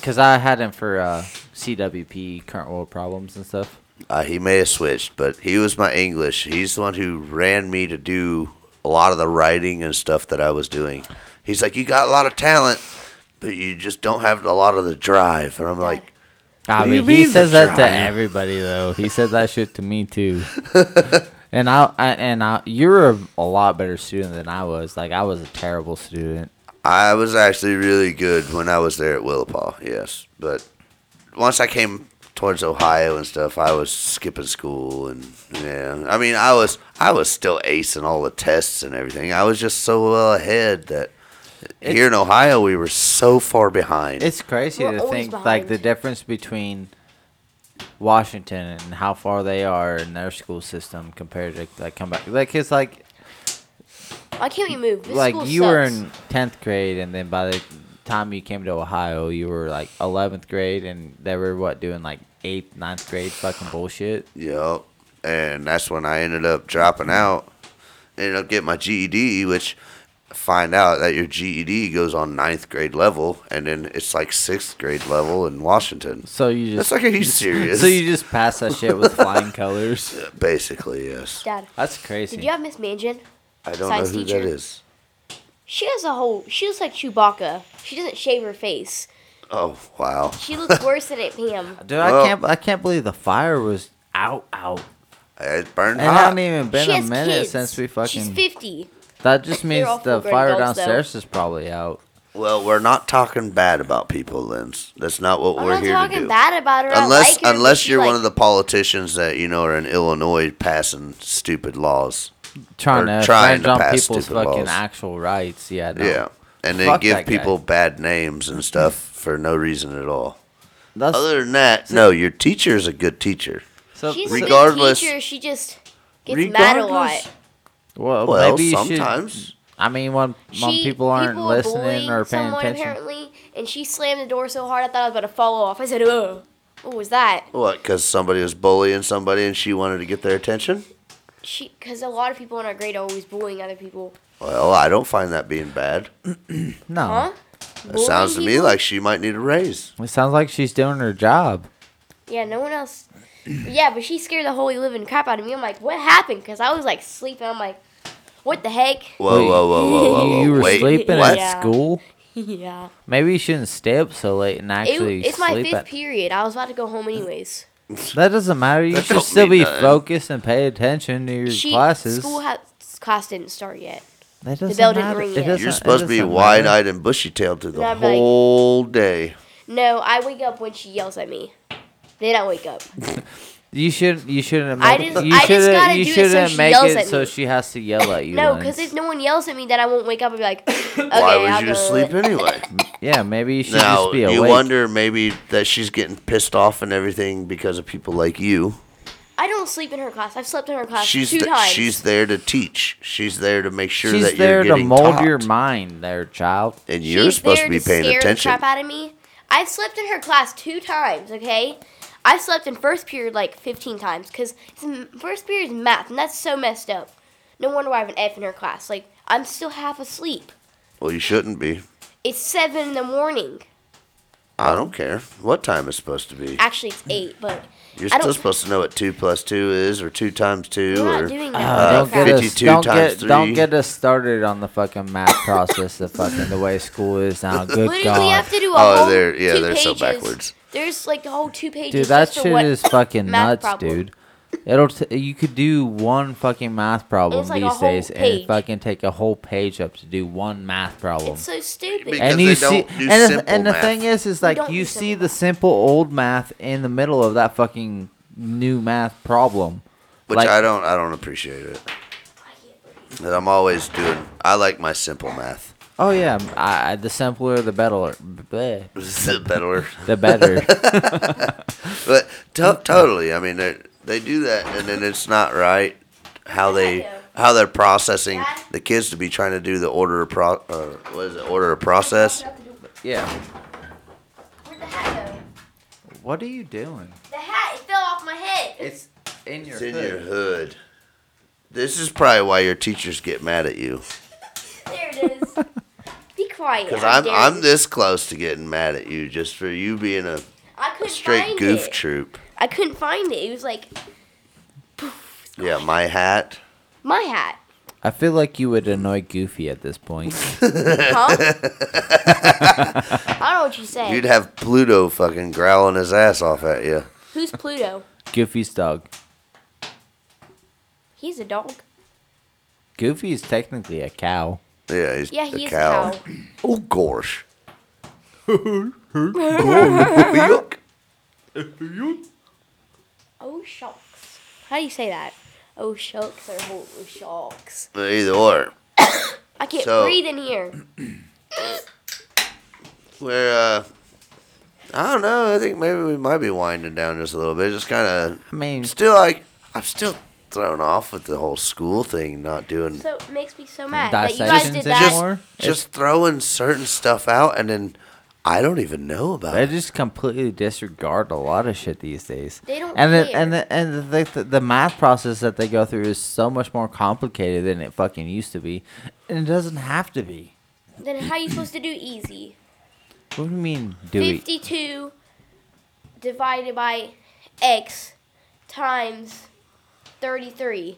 S1: Cause I had him for uh, CWP, current world problems and stuff.
S2: Uh, he may have switched, but he was my English. He's the one who ran me to do a lot of the writing and stuff that I was doing. He's like, You got a lot of talent, but you just don't have a lot of the drive. And I'm like,
S1: I
S2: do you
S1: mean, he
S2: mean
S1: says
S2: the
S1: that to
S2: trial?
S1: everybody though. He said that shit to me too. and I, I and I, you were a, a lot better student than I was. Like I was a terrible student.
S2: I was actually really good when I was there at Willapa, yes. But once I came towards Ohio and stuff, I was skipping school and yeah. I mean, I was I was still acing all the tests and everything. I was just so well ahead that here in Ohio we were so far behind.
S1: It's crazy
S3: We're
S1: to
S3: always
S1: think like the
S3: behind.
S1: difference between Washington and how far they are in their school system compared to like come back. Like it's like
S3: Why can't we move? This
S1: like
S3: school
S1: you were
S3: sucks.
S1: in tenth grade, and then by the time you came to Ohio, you were like eleventh grade, and they were what doing like eighth, ninth grade fucking bullshit.
S2: Yep. And that's when I ended up dropping out. Ended up getting my GED, which find out that your GED goes on ninth grade level and then it's like sixth grade level in Washington.
S1: So you
S2: That's
S1: just
S2: like, are you serious?
S1: so you just pass that shit with flying colors.
S2: Basically, yes.
S3: Dad.
S1: That's crazy.
S3: Did you have Miss Manjan?
S2: I don't know
S3: Science
S2: who
S3: teacher.
S2: that is.
S3: She has a whole she looks like Chewbacca. She doesn't shave her face.
S2: Oh, wow.
S3: She looks worse than it Pam.
S1: Dude,
S2: Well-
S1: I can't I can't believe the fire was out out.
S2: It burned
S1: It
S2: hot.
S1: hadn't even been
S3: she
S1: a
S3: has
S1: minute
S3: kids.
S1: since we
S3: She's
S1: fucking.
S3: fifty.
S1: that just means
S3: all
S1: the
S3: full-grown
S1: fire
S3: adults, though.
S1: downstairs is probably out.
S2: well, we're not talking bad about people, Linz. That's not what
S3: I'm
S2: we're
S3: not
S2: here to
S3: talking
S2: do.
S3: bad about her. I
S2: unless
S3: like her, but
S2: unless
S3: she,
S2: you're
S3: like,
S2: one of the politicians that you know are in Illinois passing stupid laws.
S1: Trying
S2: Or
S1: to
S2: trying
S1: infringe
S2: to
S1: on
S2: pass
S1: people's
S2: stupid
S1: fucking
S2: laws.
S1: actual rights. Yeah. No.
S2: Yeah. And then
S1: Fuck
S2: give
S1: that guy.
S2: people bad names and stuff for no reason at all.
S1: That's,
S2: Other than that, no, your teacher is a good teacher.
S1: so,
S3: she's
S1: so-
S3: a good
S2: regardless-
S3: teacher, she just gets mad a
S2: Regardless-
S3: lot.
S1: Well,
S2: Well,
S1: maybe you
S2: sometimes.
S1: should. I mean, when, when
S3: She,
S1: people aren't
S3: people were
S1: listening
S3: bullying
S1: or paying
S3: someone
S1: attention,
S3: apparently, and she slammed the door so hard I thought I was about to fall off. I said, "Oh, what was that?"
S2: What? Because somebody was bullying somebody and she wanted to get their attention?
S3: She, because a lot of people in our grade are always bullying other people.
S2: Well, I don't find that being bad.
S1: no,
S3: Huh?
S2: It sounds to me like she might need a raise.
S1: it sounds like she's doing her job.
S3: Yeah, no one else. yeah, but she scared the holy living crap out of me. I'm like, what happened? Because I was like sleeping. I'm like, what the heck?
S2: Whoa,
S1: Wait,
S2: whoa, whoa, whoa, whoa, whoa.
S1: you were
S2: Wait,
S1: sleeping
S2: what?
S1: at
S3: Yeah.
S1: school.
S3: yeah.
S1: Maybe you shouldn't stay up so late and
S3: It,
S1: actually
S3: it's my
S1: sleep.
S3: fifth
S1: At,
S3: period. I was about to go home anyways.
S1: that doesn't matter. You
S2: That
S1: should
S2: don't
S1: still
S2: mean
S1: be
S2: nothing.
S1: focused and pay attention to your
S3: She
S1: classes.
S3: school ha- class didn't start yet.
S1: that doesn't
S3: bell didn't
S1: matter.
S3: ring
S1: It
S3: yet.
S1: doesn't-
S2: You're
S1: it
S2: supposed to be
S1: doesn't matter.
S2: wide eyed and bushy tailed through the
S3: Not like-
S2: whole day.
S3: No, I wake up when she yells at me. Then I wake up.
S1: You should. You shouldn't. Make,
S3: I just-
S1: you
S3: I just
S1: shouldn't.
S3: gotta
S1: you
S3: do it so
S1: shouldn't
S3: she
S1: make
S3: yells
S1: it
S3: at
S1: so
S3: me.
S1: she has to yell at you.
S3: no,
S1: once.
S3: because if no one yells at me, then I won't wake up and be like, okay,
S2: Why was
S3: I'll
S2: you
S3: go.
S2: asleep anyway?
S1: yeah, maybe you should
S2: now,
S1: just be
S2: you
S1: awake.
S2: wonder maybe that she's getting pissed off and everything because of people like you.
S3: I don't sleep in her class. I've slept in her class
S2: She's
S3: two
S2: th-
S3: times.
S2: she's there to teach. She's there to make sure
S1: She's
S2: that
S1: there
S2: you're
S1: to
S2: getting
S1: mold
S2: taught.
S1: your mind, there, child.
S2: and you're
S3: She's
S2: supposed
S3: there
S2: to be paying
S3: scare the
S2: attention.
S3: crap out of me. I've slept in her class two times. Okay, I slept in first period like fifteen times because first period is math, and that's so messed up. No wonder why I have an F in her class. Like I'm still half asleep.
S2: Well, you shouldn't be.
S3: It's seven in the morning.
S2: I don't care what time it's supposed to be.
S3: Actually, it's eight, but
S2: You're
S3: I
S2: still
S3: don't-
S2: supposed to know what two plus two is, or two times 2
S3: we're
S2: or
S3: not doing
S1: Oh,
S3: that.
S1: don't get us,
S2: 52
S1: don't
S2: times
S1: get, don't
S2: three.
S1: get us started on the fucking math process. The fucking the way school is now. Good
S3: Literally,
S1: God,
S3: you have to do a
S2: Oh,
S3: whole
S2: they're- yeah,
S3: two
S2: they're so
S3: pages.
S2: backwards.
S3: There's like a whole two pages.
S1: dude, that
S3: just for
S1: shit
S3: what
S1: is fucking
S3: math
S1: nuts,
S3: problem.
S1: dude. It'll t- you could do one fucking math problem
S3: It's like a
S1: these
S3: whole
S1: days, and
S3: page.
S1: it fucking take a whole page up to do one math problem.
S3: It's so stupid.
S2: Because
S1: and
S2: they
S1: you
S2: don't
S1: see,
S2: do
S1: and the,
S2: simple
S1: and the
S2: math.
S1: thing is, is like
S3: don't
S1: you
S3: do
S1: see
S3: simple
S1: the
S3: math.
S1: simple old math in the middle of that fucking new math problem.
S2: which
S1: like,
S2: I don't. I don't appreciate it. And I'm always doing. I like my simple math.
S1: oh yeah, I, I- the simpler the better, bleh,
S2: better.
S1: the better.
S2: But to- totally, I mean, they they do that, and then it's not right how they how they're processing the kids to be trying to do the order of pro uh, what is it order of process.
S1: yeah.
S3: Where'd the hat go?
S1: What are you doing?
S3: The hat, it fell off my head.
S1: It's in your
S2: It's in your hood. This is probably why your teachers get mad at you,
S3: There it is. Be quiet.
S2: because
S3: I
S2: I'm
S3: dare
S2: I'm
S3: you.
S2: this close to getting mad at you just for you being a
S3: I couldn't
S2: straight
S3: find
S2: goof
S3: it.
S2: troop.
S3: I couldn't find it. It was like
S2: Yeah, my hat.
S3: my hat.
S1: I feel like you would annoy Goofy at this point.
S3: Huh? I don't know what you say.
S2: You'd have Pluto fucking growling his ass off at you.
S3: Who's Pluto?
S1: Goofy's dog.
S3: He's a dog.
S1: Goofy is technically a cow.
S2: Yeah, he's a
S3: Yeah, he is
S2: cow.
S3: a cow.
S2: Oh gosh.
S3: Oh shucks. How do you say that? Oh shucks or oh shucks.
S2: Either or.
S3: I can't
S2: So-
S3: breathe in here.
S2: We're, uh, I don't know. I think maybe we might be winding down just a little bit. Just kind
S1: I mean,
S2: of still like I'm still thrown off with the whole school thing, not doing
S3: So it makes me so mad that you guys
S1: dissections
S3: did that.
S1: anymore.
S2: just throwing certain stuff out, and then I don't even know about
S1: They
S2: it.
S1: just completely disregard a lot of shit these days.
S3: They don't
S1: and The,
S3: care.
S1: and the, and the, the, the math process that they go through is so much more complicated than it fucking used to be, and it doesn't have to be.
S3: Then how you supposed to do easy?
S1: What do you mean, do it?
S3: 52 divided by x times 33.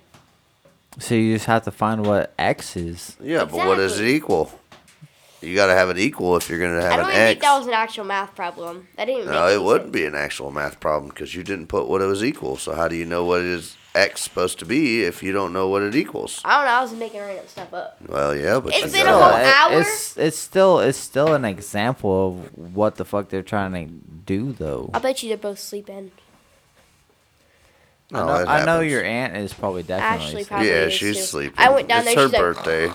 S1: So you just have to find what X is.
S2: yeah, but what does it
S3: Exactly.
S2: equal? You got to have it equal if you're gonna
S3: I
S2: have
S3: don't
S2: an
S3: even think
S2: X.
S3: that was an actual math problem. That didn't even
S2: No,
S3: make
S2: it
S3: any
S2: wouldn't
S3: sense.
S2: be an actual math problem because you didn't put what it was equal. So how do you know what is X supposed to be if you don't know what it equals?
S3: I don't know. I was making random stuff up.
S2: Well, yeah, but
S3: It's
S2: you
S3: been a
S2: know
S3: whole
S2: that.
S1: it-
S3: hour?
S1: It's it's still it's still an example of what the fuck they're trying to do though.
S3: I bet you they're both sleeping.
S1: I
S2: No,
S1: know,
S2: it
S1: I know
S2: happens.
S1: your aunt is probably definitely.
S3: Actually,
S1: sleeping.
S3: probably
S2: yeah,
S3: is
S2: she's
S3: too.
S2: sleeping.
S3: I went down
S2: it's
S3: there.
S2: her
S3: She's like,
S2: birthday.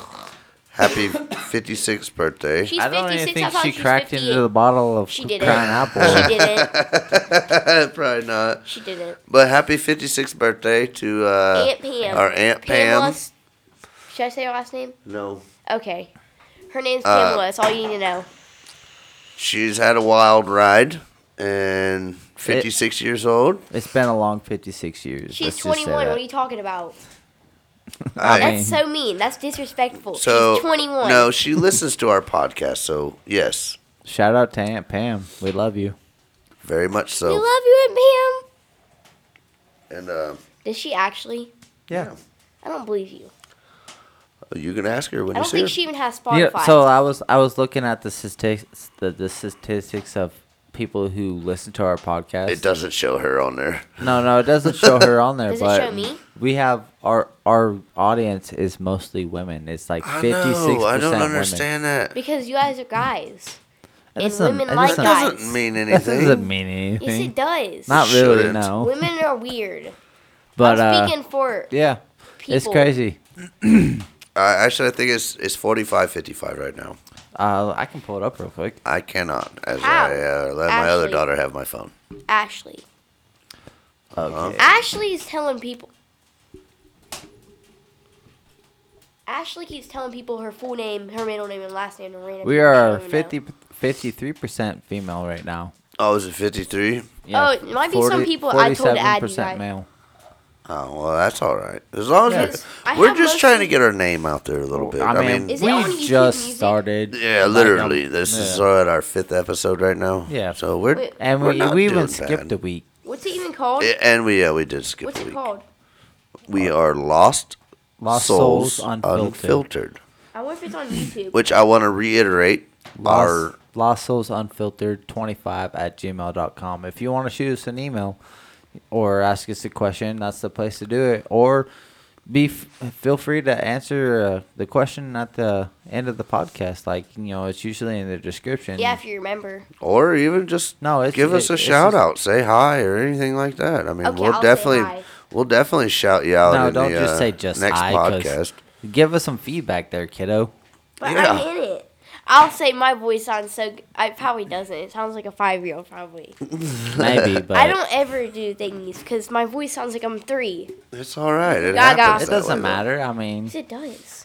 S2: Happy 56th birthday.
S3: She's
S1: I don't
S3: 56.
S1: even
S3: I
S1: think
S3: thought
S1: she
S3: was
S1: cracked
S3: 58.
S1: into the bottle of
S3: She
S1: Crown
S3: didn't.
S1: Apple.
S3: She didn't.
S2: Probably not.
S3: She didn't.
S2: But happy 56th birthday to uh,
S3: Aunt Pam.
S2: our Aunt Pam.
S3: Pamela's- Should I say her last name?
S2: No.
S3: Okay. Her name's
S2: Uh,
S3: Pamela. That's all you need to know.
S2: She's had a wild ride and 56 years old.
S1: It's been a long 56 years.
S3: She's
S1: let's just say
S3: 21.
S1: that.
S3: What are you talking about?
S2: I-
S1: mean-
S3: That's so mean. That's disrespectful.
S2: so
S3: She's 21.
S2: No, she listens to our podcast. So, yes,
S1: Shout out to Aunt Pam. We love you.
S2: very much
S3: We
S2: so.
S3: love you, Aunt
S2: and uh,
S3: Pam. Does she actually?
S1: Yeah.
S3: I don't believe you.
S2: you can ask her when
S3: I
S2: you
S3: don't
S2: see her.
S3: think she even has
S1: Yeah.
S3: Spotify.
S1: so uh, I was I was looking at the statistics the, the statistics of people who listen to our podcast.
S2: it doesn't show her on there.
S1: No, no, it doesn't show her on there.
S3: Does it
S1: but
S3: show me?
S1: We have our our audience is mostly women. It's like
S2: I
S1: 56 percent
S2: know. I don't
S1: Women.
S2: understand that.
S3: because you guys are guys.
S1: That
S3: And
S1: doesn't-
S3: women
S1: that
S3: like
S1: doesn't-
S3: guys.
S2: Doesn't mean
S1: That
S2: anything.
S1: doesn't mean
S3: Yes,
S1: anything.
S3: it does.
S1: Not really,
S2: Shouldn't.
S1: no.
S3: Women are weird.
S1: But
S3: I'm
S1: uh,
S3: speaking for
S1: yeah, it's
S3: people.
S1: crazy.
S2: Uh, actually, I think it's it's 45 55 right now.
S1: Uh, I can pull it up real quick.
S2: I cannot, as
S3: How?
S2: I uh, let my other
S3: Ashley.
S2: daughter have my phone. Uh-huh.
S3: Ashley.
S1: Okay.
S3: Ashley is telling people. Ashley keeps telling people her full name, her middle name, and last name, and random.
S1: We
S3: people she
S1: are
S3: don't even
S1: 50, 53% female right now.
S2: Oh, is it 53?
S3: Oh, it might be some people I told to add you
S1: 47%
S3: guys.
S1: male.
S3: know.
S2: Oh well, that's all right. As long as
S3: Yes. I
S2: we, we're
S3: have
S2: just trying to
S3: mostly-
S2: get our name out there a little bit. I mean,
S3: Is it on
S1: we
S3: YouTube
S1: just
S3: Music?
S1: started.
S2: yeah,
S1: Like,
S2: literally,
S1: um,
S2: this is
S1: yeah.
S2: uh, at our fifth episode right now.
S1: Yeah.
S2: So we're
S3: Wait.
S1: and
S2: we're
S1: we
S2: not
S1: we
S2: doing
S1: even skipped
S2: bad.
S1: a week.
S3: What's it even called?
S2: I- and we yeah we did skip
S3: What's
S2: a
S3: it
S2: week.
S3: called?
S2: We are lost,
S1: Lost
S2: souls,
S1: Souls
S2: unfiltered.
S1: Unfiltered.
S3: I wonder if it's on YouTube.
S2: which I want to reiterate
S1: Lost,
S2: our
S1: Lost Souls Unfiltered 25 at gmail.com. If you want to shoot us an email or ask us a question, that's the place to do it. Or be f- feel free to answer uh, the question at the end of the podcast. Like, you know, it's usually in the description.
S3: yeah, if you remember.
S2: or even just
S1: No, it's-
S2: give us
S1: it-
S2: a
S1: it's
S2: shout
S1: just-
S2: out, say hi or anything like that. I mean,
S3: Okay,
S2: we'll
S3: I'll say
S2: definitely
S3: hi.
S2: we'll definitely shout you out.
S1: No,
S2: in
S1: don't
S2: the,
S1: just
S2: uh,
S1: say just
S2: next
S1: I, 'cause-
S2: podcast.
S1: Give us some feedback there, kiddo.
S3: But
S2: Yeah.
S3: I'm in it. I'll say my voice sounds so. g- I probably doesn't. It sounds like a five year old probably.
S1: Maybe, but
S3: I don't ever do thingies because my voice sounds like I'm three.
S2: It's all right. It,
S3: Gaga.
S2: happens
S1: it
S2: that
S1: doesn't
S2: way,
S1: matter. I mean,
S3: Yes, it does.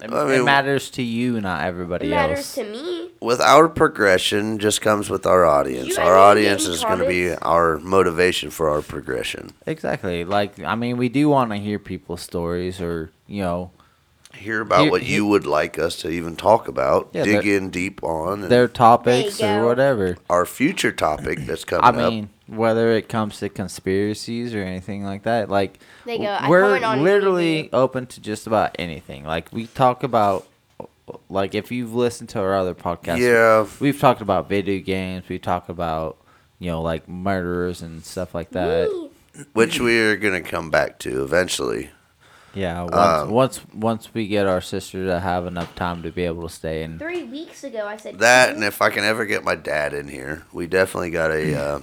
S1: it,
S2: I
S1: it
S2: mean-
S1: matters to you, not
S3: It
S1: everybody
S3: matters
S1: else.
S3: to me.
S2: though. With our progression, just comes with our audience.
S3: You
S2: our
S3: guys
S2: audience
S3: didn't
S2: is going to be
S3: promise?
S2: our motivation for our progression.
S1: Exactly. Like, I mean, we do want to hear people's stories or, you know,
S2: Hear about
S1: You-
S2: what you would like us to even talk about.
S1: Yeah,
S2: dig
S1: they're-
S2: in deep on and
S1: their topics
S3: There you
S1: or
S3: go.
S1: whatever.
S2: our future topic that's
S1: I
S2: coming up.
S1: mean, whether it comes to conspiracies or anything like that, like
S3: There you go. I
S1: we're
S3: comment on
S1: literally
S3: anything.
S1: open to just about anything. Like we talk about, like if you've listened to our other podcasts,
S2: Yeah.
S1: we've talked about video games. We talk about you know like murderers and stuff like that.
S3: Me.
S2: which we are going to come back to eventually.
S1: Yeah, once,
S2: Um,
S1: once once we get our sister to have enough time to be able to stay and
S3: Three weeks ago, I said
S2: That
S3: "Ew."
S2: and if I can ever get my dad in here, we definitely got a uh,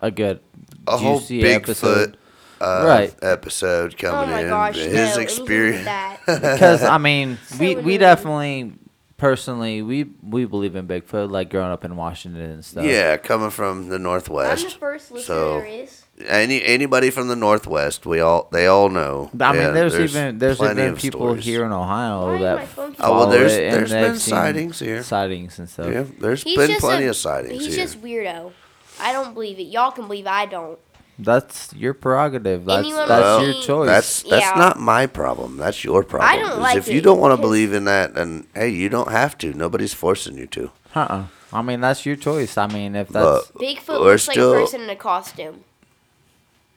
S1: a good
S2: a whole
S1: juicy
S2: Bigfoot
S1: episode.
S2: uh,
S1: Right.
S2: episode
S3: Oh
S2: coming
S3: my
S2: in.
S3: gosh, no,
S2: his
S3: anything with
S2: experience.
S3: That.
S1: because I mean,
S3: So
S1: we
S3: would
S1: we
S3: you.
S1: definitely personally we we believe in Bigfoot, like growing up in Washington and stuff.
S2: Yeah, coming from the
S3: I'm the
S2: northwest.
S3: first listener
S2: So-
S3: there is.
S2: Any anybody from the northwest, we all they all know.
S1: I mean,
S2: Yeah,
S1: there's, even there's
S2: plenty
S1: even
S2: of
S1: people
S2: stories.
S1: here in Ohio
S3: Why is my
S1: that
S3: phone
S2: Oh well,
S1: follow
S2: there's
S1: it and
S2: there's
S1: they've
S2: been
S1: seen
S2: sightings here.
S1: sightings and stuff.
S2: Yeah, there's
S3: He's
S2: been
S3: just
S2: plenty
S3: a,
S2: of sightings
S3: He's
S2: here.
S3: just weirdo. I don't believe it. Y'all can believe I don't.
S1: That's your prerogative. That's
S3: Anyone
S1: that's
S3: Well,
S1: your choice.
S2: That's that's
S3: Yeah.
S2: not my problem. That's your problem.
S3: don't
S2: is
S3: like
S2: if you
S3: it
S2: don't want to
S3: 'cause-
S2: believe in that, and hey, you don't have to. Nobody's forcing you to.
S1: uh-uh. I mean, that's your choice. I mean, if that's
S2: But
S3: Bigfoot
S2: We're
S3: looks
S2: still-
S3: like a person in a costume,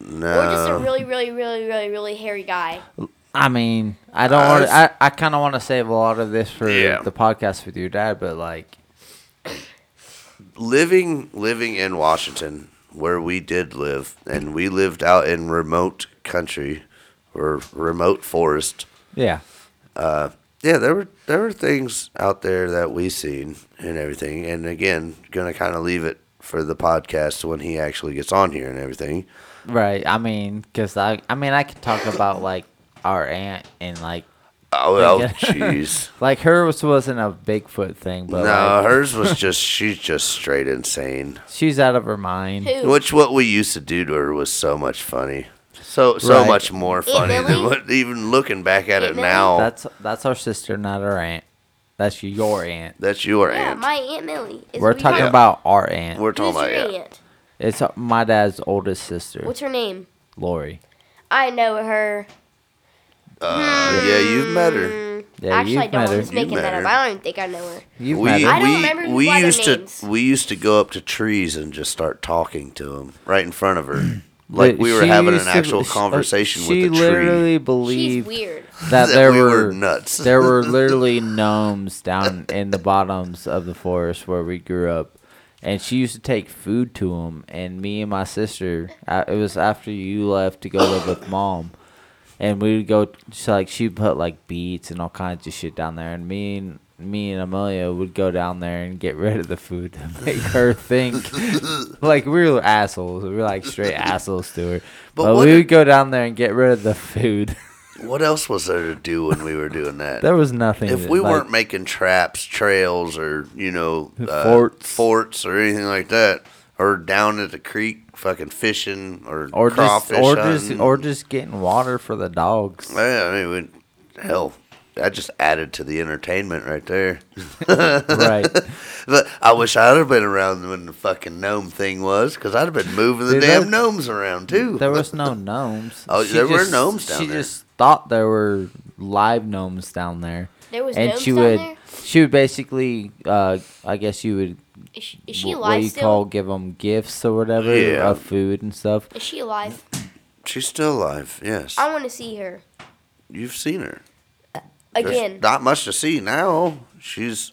S2: no,
S3: or just a really, really, really, really, really hairy guy.
S1: I mean, I don't
S2: Uh,
S1: want. I
S2: it's-
S1: I kind of want to save a lot of this for
S2: Yeah.
S1: the podcast with your dad, but like,
S2: living living in Washington, where we did live, and we lived out in remote country or remote forest.
S1: yeah,
S2: Yeah, there were there were things out there that we seen and everything. And again, gonna kind of leave it for the podcast when he actually gets on here and everything.
S1: right. I mean, because I I mean, I could talk about like our aunt and like
S2: Oh, oh,
S1: Okay.
S2: jeez.
S1: like hers wasn't a Bigfoot thing, but
S2: no,
S1: like,
S2: hers was just she's just straight insane.
S1: she's out of her mind.
S3: Who?
S2: Which what we used to do to her was so much funny. So so
S1: Right.
S2: much more funny than
S3: Millie?
S2: what even looking back at
S3: Hey,
S2: it
S3: Millie?
S2: now. That's,
S1: That's that's our sister, not our aunt. That's your aunt.
S2: your
S3: Yeah,
S2: aunt.
S3: my aunt Millie. Is
S1: We're
S3: weird.
S1: talking
S2: Yeah.
S1: about our aunt.
S2: We're
S3: Who's
S2: talking about
S3: your
S2: yeah.
S3: aunt?
S1: it's uh, my dad's oldest sister,
S3: What's her name?
S1: Lori.
S3: I know her.
S2: Uh, yeah, you've met
S3: Hmm.
S2: her.
S1: Yeah,
S3: Actually, I
S1: you've
S3: don't.
S1: met
S3: I'm
S1: her.
S3: just making
S2: met
S3: that up.
S2: her.
S3: I don't even think I know her.
S1: You've
S2: we
S1: met her.
S3: I don't
S2: we,
S3: remember
S2: we
S3: by their
S2: used
S3: names.
S2: to we used to go up to trees and just start talking to them right in front of her,
S1: But
S2: like we were
S1: she
S2: having an
S1: used to-
S2: actual
S1: she- uh,
S2: conversation
S1: She
S2: with a tree.
S1: literally
S3: She's
S1: believed
S3: weird.
S1: that there
S2: we
S1: were,
S2: were nuts.
S1: there were literally gnomes down in the bottoms of the forest where we grew up, and she used to take food to them. And me and my sister, I, it was after you left to go live with mom, and we would go. She like she put like beets and all kinds of shit down there, and me and me and Amelia would go down there and get rid of the food to make her think like we were assholes. We were like straight assholes to her.
S2: But
S1: But,
S2: what
S1: we
S2: if-
S1: would go down there and get rid of the food.
S2: What else was there to do when we were doing that?
S1: there was nothing.
S2: if
S1: that,
S2: we
S1: like-
S2: weren't making traps, trails, or you know uh,
S1: Forts.
S2: forts or anything like that, or down at the creek, fucking fishing or,
S1: or just
S2: crawfish
S1: or
S2: hunting.
S1: just or just getting water for the dogs.
S2: yeah, I mean, we- hell, that just added to the entertainment right there.
S1: right.
S2: But I wish I'd have been around when the fucking gnome thing was, because I'd have been moving the
S1: Dude,
S2: damn
S1: that-
S2: gnomes around too.
S1: There was no gnomes.
S2: Oh,
S1: She
S2: there were
S1: just-
S2: gnomes down
S1: She
S2: there.
S1: just thought there were live gnomes down there.
S3: There was
S1: and
S3: gnomes
S1: she
S3: down
S1: would
S3: there?
S1: she would basically uh I guess you would
S3: Is she, is she
S1: wh-
S3: alive
S1: what you
S3: still?
S1: call give them gifts or whatever
S2: Yeah.
S1: of food and stuff.
S3: Is she alive?
S2: She's still alive. Yes,
S3: I want to see her
S2: you've seen her. There's
S3: again.
S2: not much to see now. She's.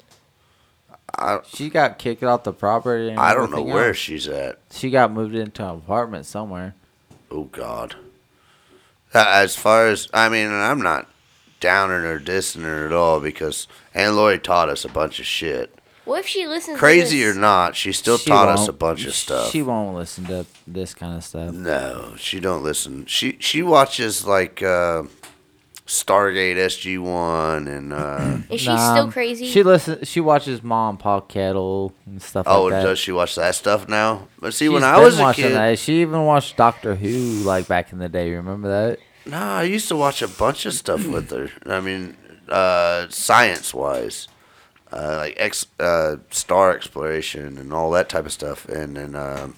S2: I
S1: She got kicked off the property. And
S2: I don't know
S1: everything
S2: where
S1: else.
S2: she's at.
S1: she got moved into an apartment somewhere.
S2: Oh God. Uh, As far as I mean, and I'm not downing or dissing her at all because Aunt Lori taught us a bunch of shit.
S3: What if she listens?
S2: Crazy
S3: to
S2: or
S3: this?
S2: not, she still
S1: She
S2: taught us
S1: won't-
S2: a bunch of stuff.
S1: She won't listen to this kind of stuff.
S2: No, she don't listen. She she watches like uh, Stargate SG One and uh,
S3: Is she still
S1: Nah, um,
S3: crazy?
S1: She listens. She watches Mom and Pa Kettle and stuff
S2: oh,
S1: like that.
S2: does she watch that stuff now? But see,
S1: She's
S2: when I
S1: been
S2: was a
S1: watching
S2: kid,
S1: that. She even watched Doctor Who like back in the day. Remember that?
S2: nah, I used to watch a bunch of stuff with her. I mean, uh, science wise, uh, like ex uh, star exploration and all that type of stuff, and then. Um,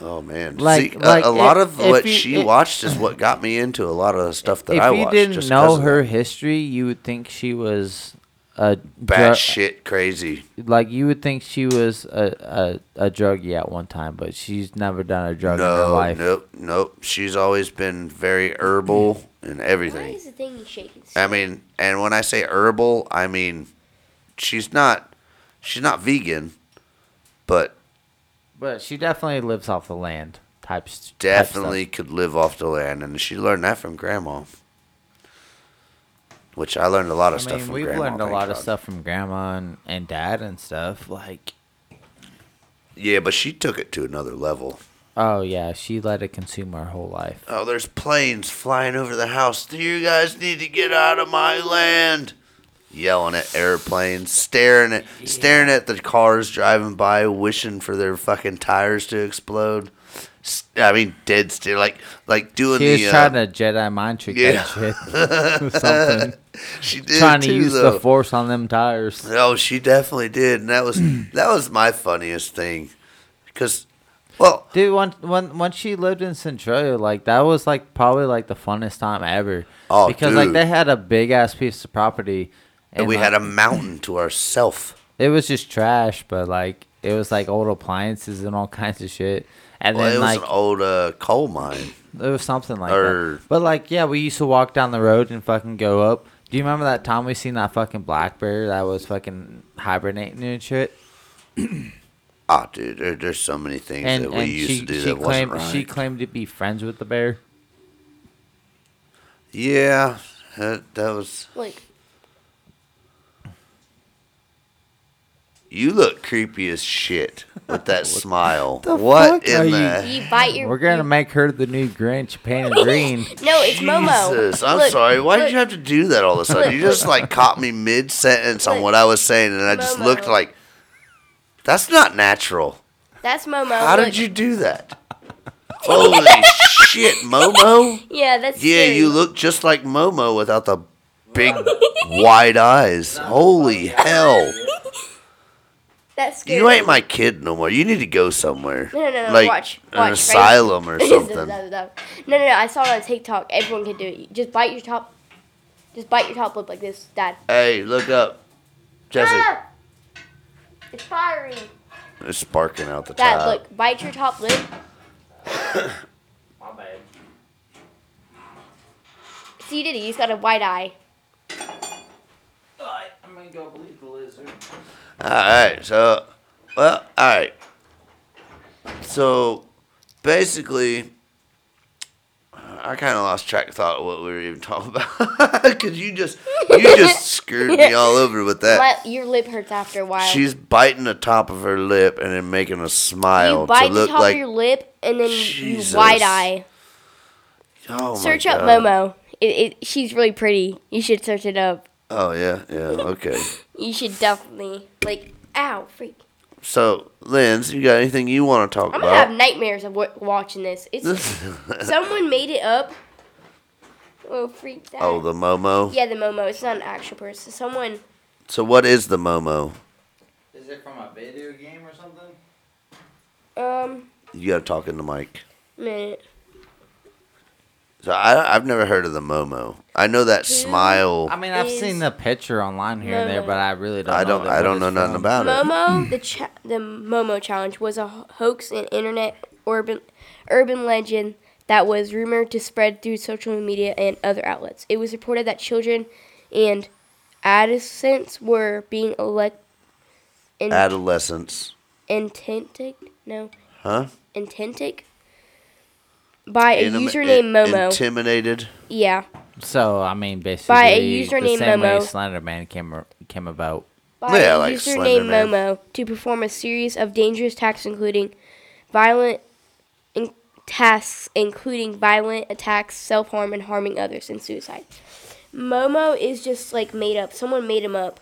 S2: Oh man!
S1: Like-
S2: See, a-
S1: like,
S2: a, lot
S1: if-
S2: of
S1: if
S2: what
S1: you-
S2: she
S1: it-
S2: watched is what got me into a lot of the stuff that
S1: if
S2: I
S1: you
S2: watched.
S1: didn't
S2: just 'cause
S1: know
S2: of
S1: her
S2: that.
S1: history, you would think she was a
S2: bad
S1: dru-
S2: shit, crazy
S1: like you would think she was a, a a druggie at one time, but she's never done a drug in her
S2: No,
S1: life.
S2: nope, nope. She's always been very herbal
S1: Mm.
S2: and
S3: Why
S2: everything.
S3: is the thingy shaking?
S2: I mean, and when I say herbal, I mean she's not she's not vegan, but
S1: But she definitely lives off the land type s- type
S2: definitely
S1: stuff.
S2: could live off the land, and she learned that from grandma. Which I learned a lot of
S1: I
S2: stuff
S1: mean,
S2: from
S1: we've
S2: grandma.
S1: learned a
S2: thank
S1: lot of
S2: God.
S1: stuff from grandma and, and dad and stuff. Like,
S2: Yeah, but she took it to another level.
S1: oh yeah, she let it consume her whole life.
S2: Oh, there's planes flying over the house. You guys need to get out of my land. Yelling at airplanes, staring at staring at the cars driving by, wishing for their fucking tires to explode. S- I mean, dead still, like like doing
S1: She was
S2: the.
S1: trying
S2: uh,
S1: to Jedi mind trick
S2: yeah.
S1: that shit. Something.
S2: she did
S1: trying to
S2: too,
S1: use
S2: though.
S1: the force on them tires.
S2: Oh, she definitely did, and that was that was my funniest thing, because, well,
S1: Dude, when when when she lived in Centralia, like that was like probably like the funnest time ever.
S2: Oh,
S1: because like
S2: dude.
S1: they had a big ass piece of property,
S2: and we had a
S1: like,
S2: mountain to ourself.
S1: It was just trash, but like it was like old appliances and all kinds of shit. And
S2: Well, it
S1: then
S2: was
S1: like
S2: an old uh, coal mine.
S1: it was something like
S2: or-
S1: that. But like yeah, we used to walk down the road and fucking go up. Do you remember that time we seen that fucking black bear that was fucking hibernating and shit?
S2: Ah, dude, there, there's so many things
S1: And,
S2: that we
S1: and
S2: used
S1: she,
S2: to do
S1: she
S2: that
S1: claimed
S2: wasn't right.
S1: she claimed to be friends with the bear.
S2: yeah, that, that was.
S3: Like
S2: You look creepy as shit with that smile.
S1: the
S2: what
S1: fuck are
S2: in
S1: you-
S2: the?
S3: you bite your.
S1: We're gonna make her the new Grinch, painted green.
S3: No, it's Momo.
S2: Jesus, I'm
S3: Look,
S2: sorry. Why
S3: look,
S2: did you have to do that all of a sudden? You just like caught me mid sentence on
S3: Look.
S2: what I was saying, and I just
S3: Momo.
S2: looked like. That's not natural.
S3: That's Momo.
S2: How
S3: Oh, look.
S2: did you do that? Holy shit, Momo!
S3: Yeah, that's.
S2: Yeah,
S3: scary.
S2: you look just like Momo without the big, wide eyes. Holy hell!
S3: That's scary.
S2: You ain't my kid no more. You need to go somewhere.
S3: No, no, no,
S2: Like
S3: watch,
S2: an
S3: watch, right?
S2: asylum or
S3: no, no,
S2: something.
S3: no, no. No, no, no, I saw it on TikTok. Everyone can do it. You Just bite your top. Just bite your top lip like this, Dad.
S2: Hey, look up. Jesse,
S3: Ah! It's firing.
S2: it's sparking out the
S3: Dad,
S2: top.
S3: look. Bite your top lip. See, Diddy, he's got a white eye.
S1: I'm gonna go believe the lizard.
S2: All right, so, well, all right. So, basically, I kind of lost track of thought of what we were even talking about because you just you just screwed me all over with that.
S3: My, your lip hurts after a while.
S2: She's biting the top of her lip and then making a smile
S3: you bite
S2: to
S3: the
S2: look
S3: top
S2: like.
S3: of your lip and then
S2: Jesus.
S3: you wide eye.
S2: oh my
S3: Search up
S2: God.
S3: Momo. It, it, she's really pretty. You should search it up.
S2: Oh yeah, yeah, okay.
S3: You should definitely like. Ow, freak.
S2: So, Linz, you got anything you want to talk
S3: I'm gonna have
S2: about?
S3: nightmares of w- watching this. It's someone made it up. Oh, freak that.
S2: Oh, the Momo.
S3: yeah, the Momo. It's not an actual person. Someone.
S2: So what is the Momo?
S1: Is it from a video game or something?
S3: Um,
S2: You gotta talk into mic.
S3: minute.
S2: So I, I've never heard of the Momo. I know that
S3: Who-
S2: smile.
S1: I mean, I've
S3: Is-
S1: seen the picture online here and there,
S3: Momo.
S1: but I really don't.
S2: I
S1: know
S2: don't.
S1: that
S2: I
S1: what
S2: don't
S1: it's
S2: know nothing
S1: from.
S2: about it.
S3: Momo, the cha- the Momo challenge was a ho- hoax and internet urban urban legend that was rumored to spread through social media and other outlets. It was reported that children and adolescents were being elect in-
S2: Adolescence,
S3: intentic no
S2: huh?
S3: intentic by a
S2: Inim-
S3: user
S2: in-
S3: named Momo.
S2: Intimidated.
S3: yeah,
S1: So I mean, basically,
S3: By a user
S1: the
S3: named
S1: same way
S3: Momo.
S1: Slender Man came ar- came about.
S3: by
S2: Yeah,
S3: a
S2: like
S3: user
S2: Slender
S3: named
S2: Man.
S3: Momo to perform a series of dangerous tasks, including violent in- tasks, including violent attacks, self harm, and harming others, and suicide. Momo is just like made up. Someone made him up.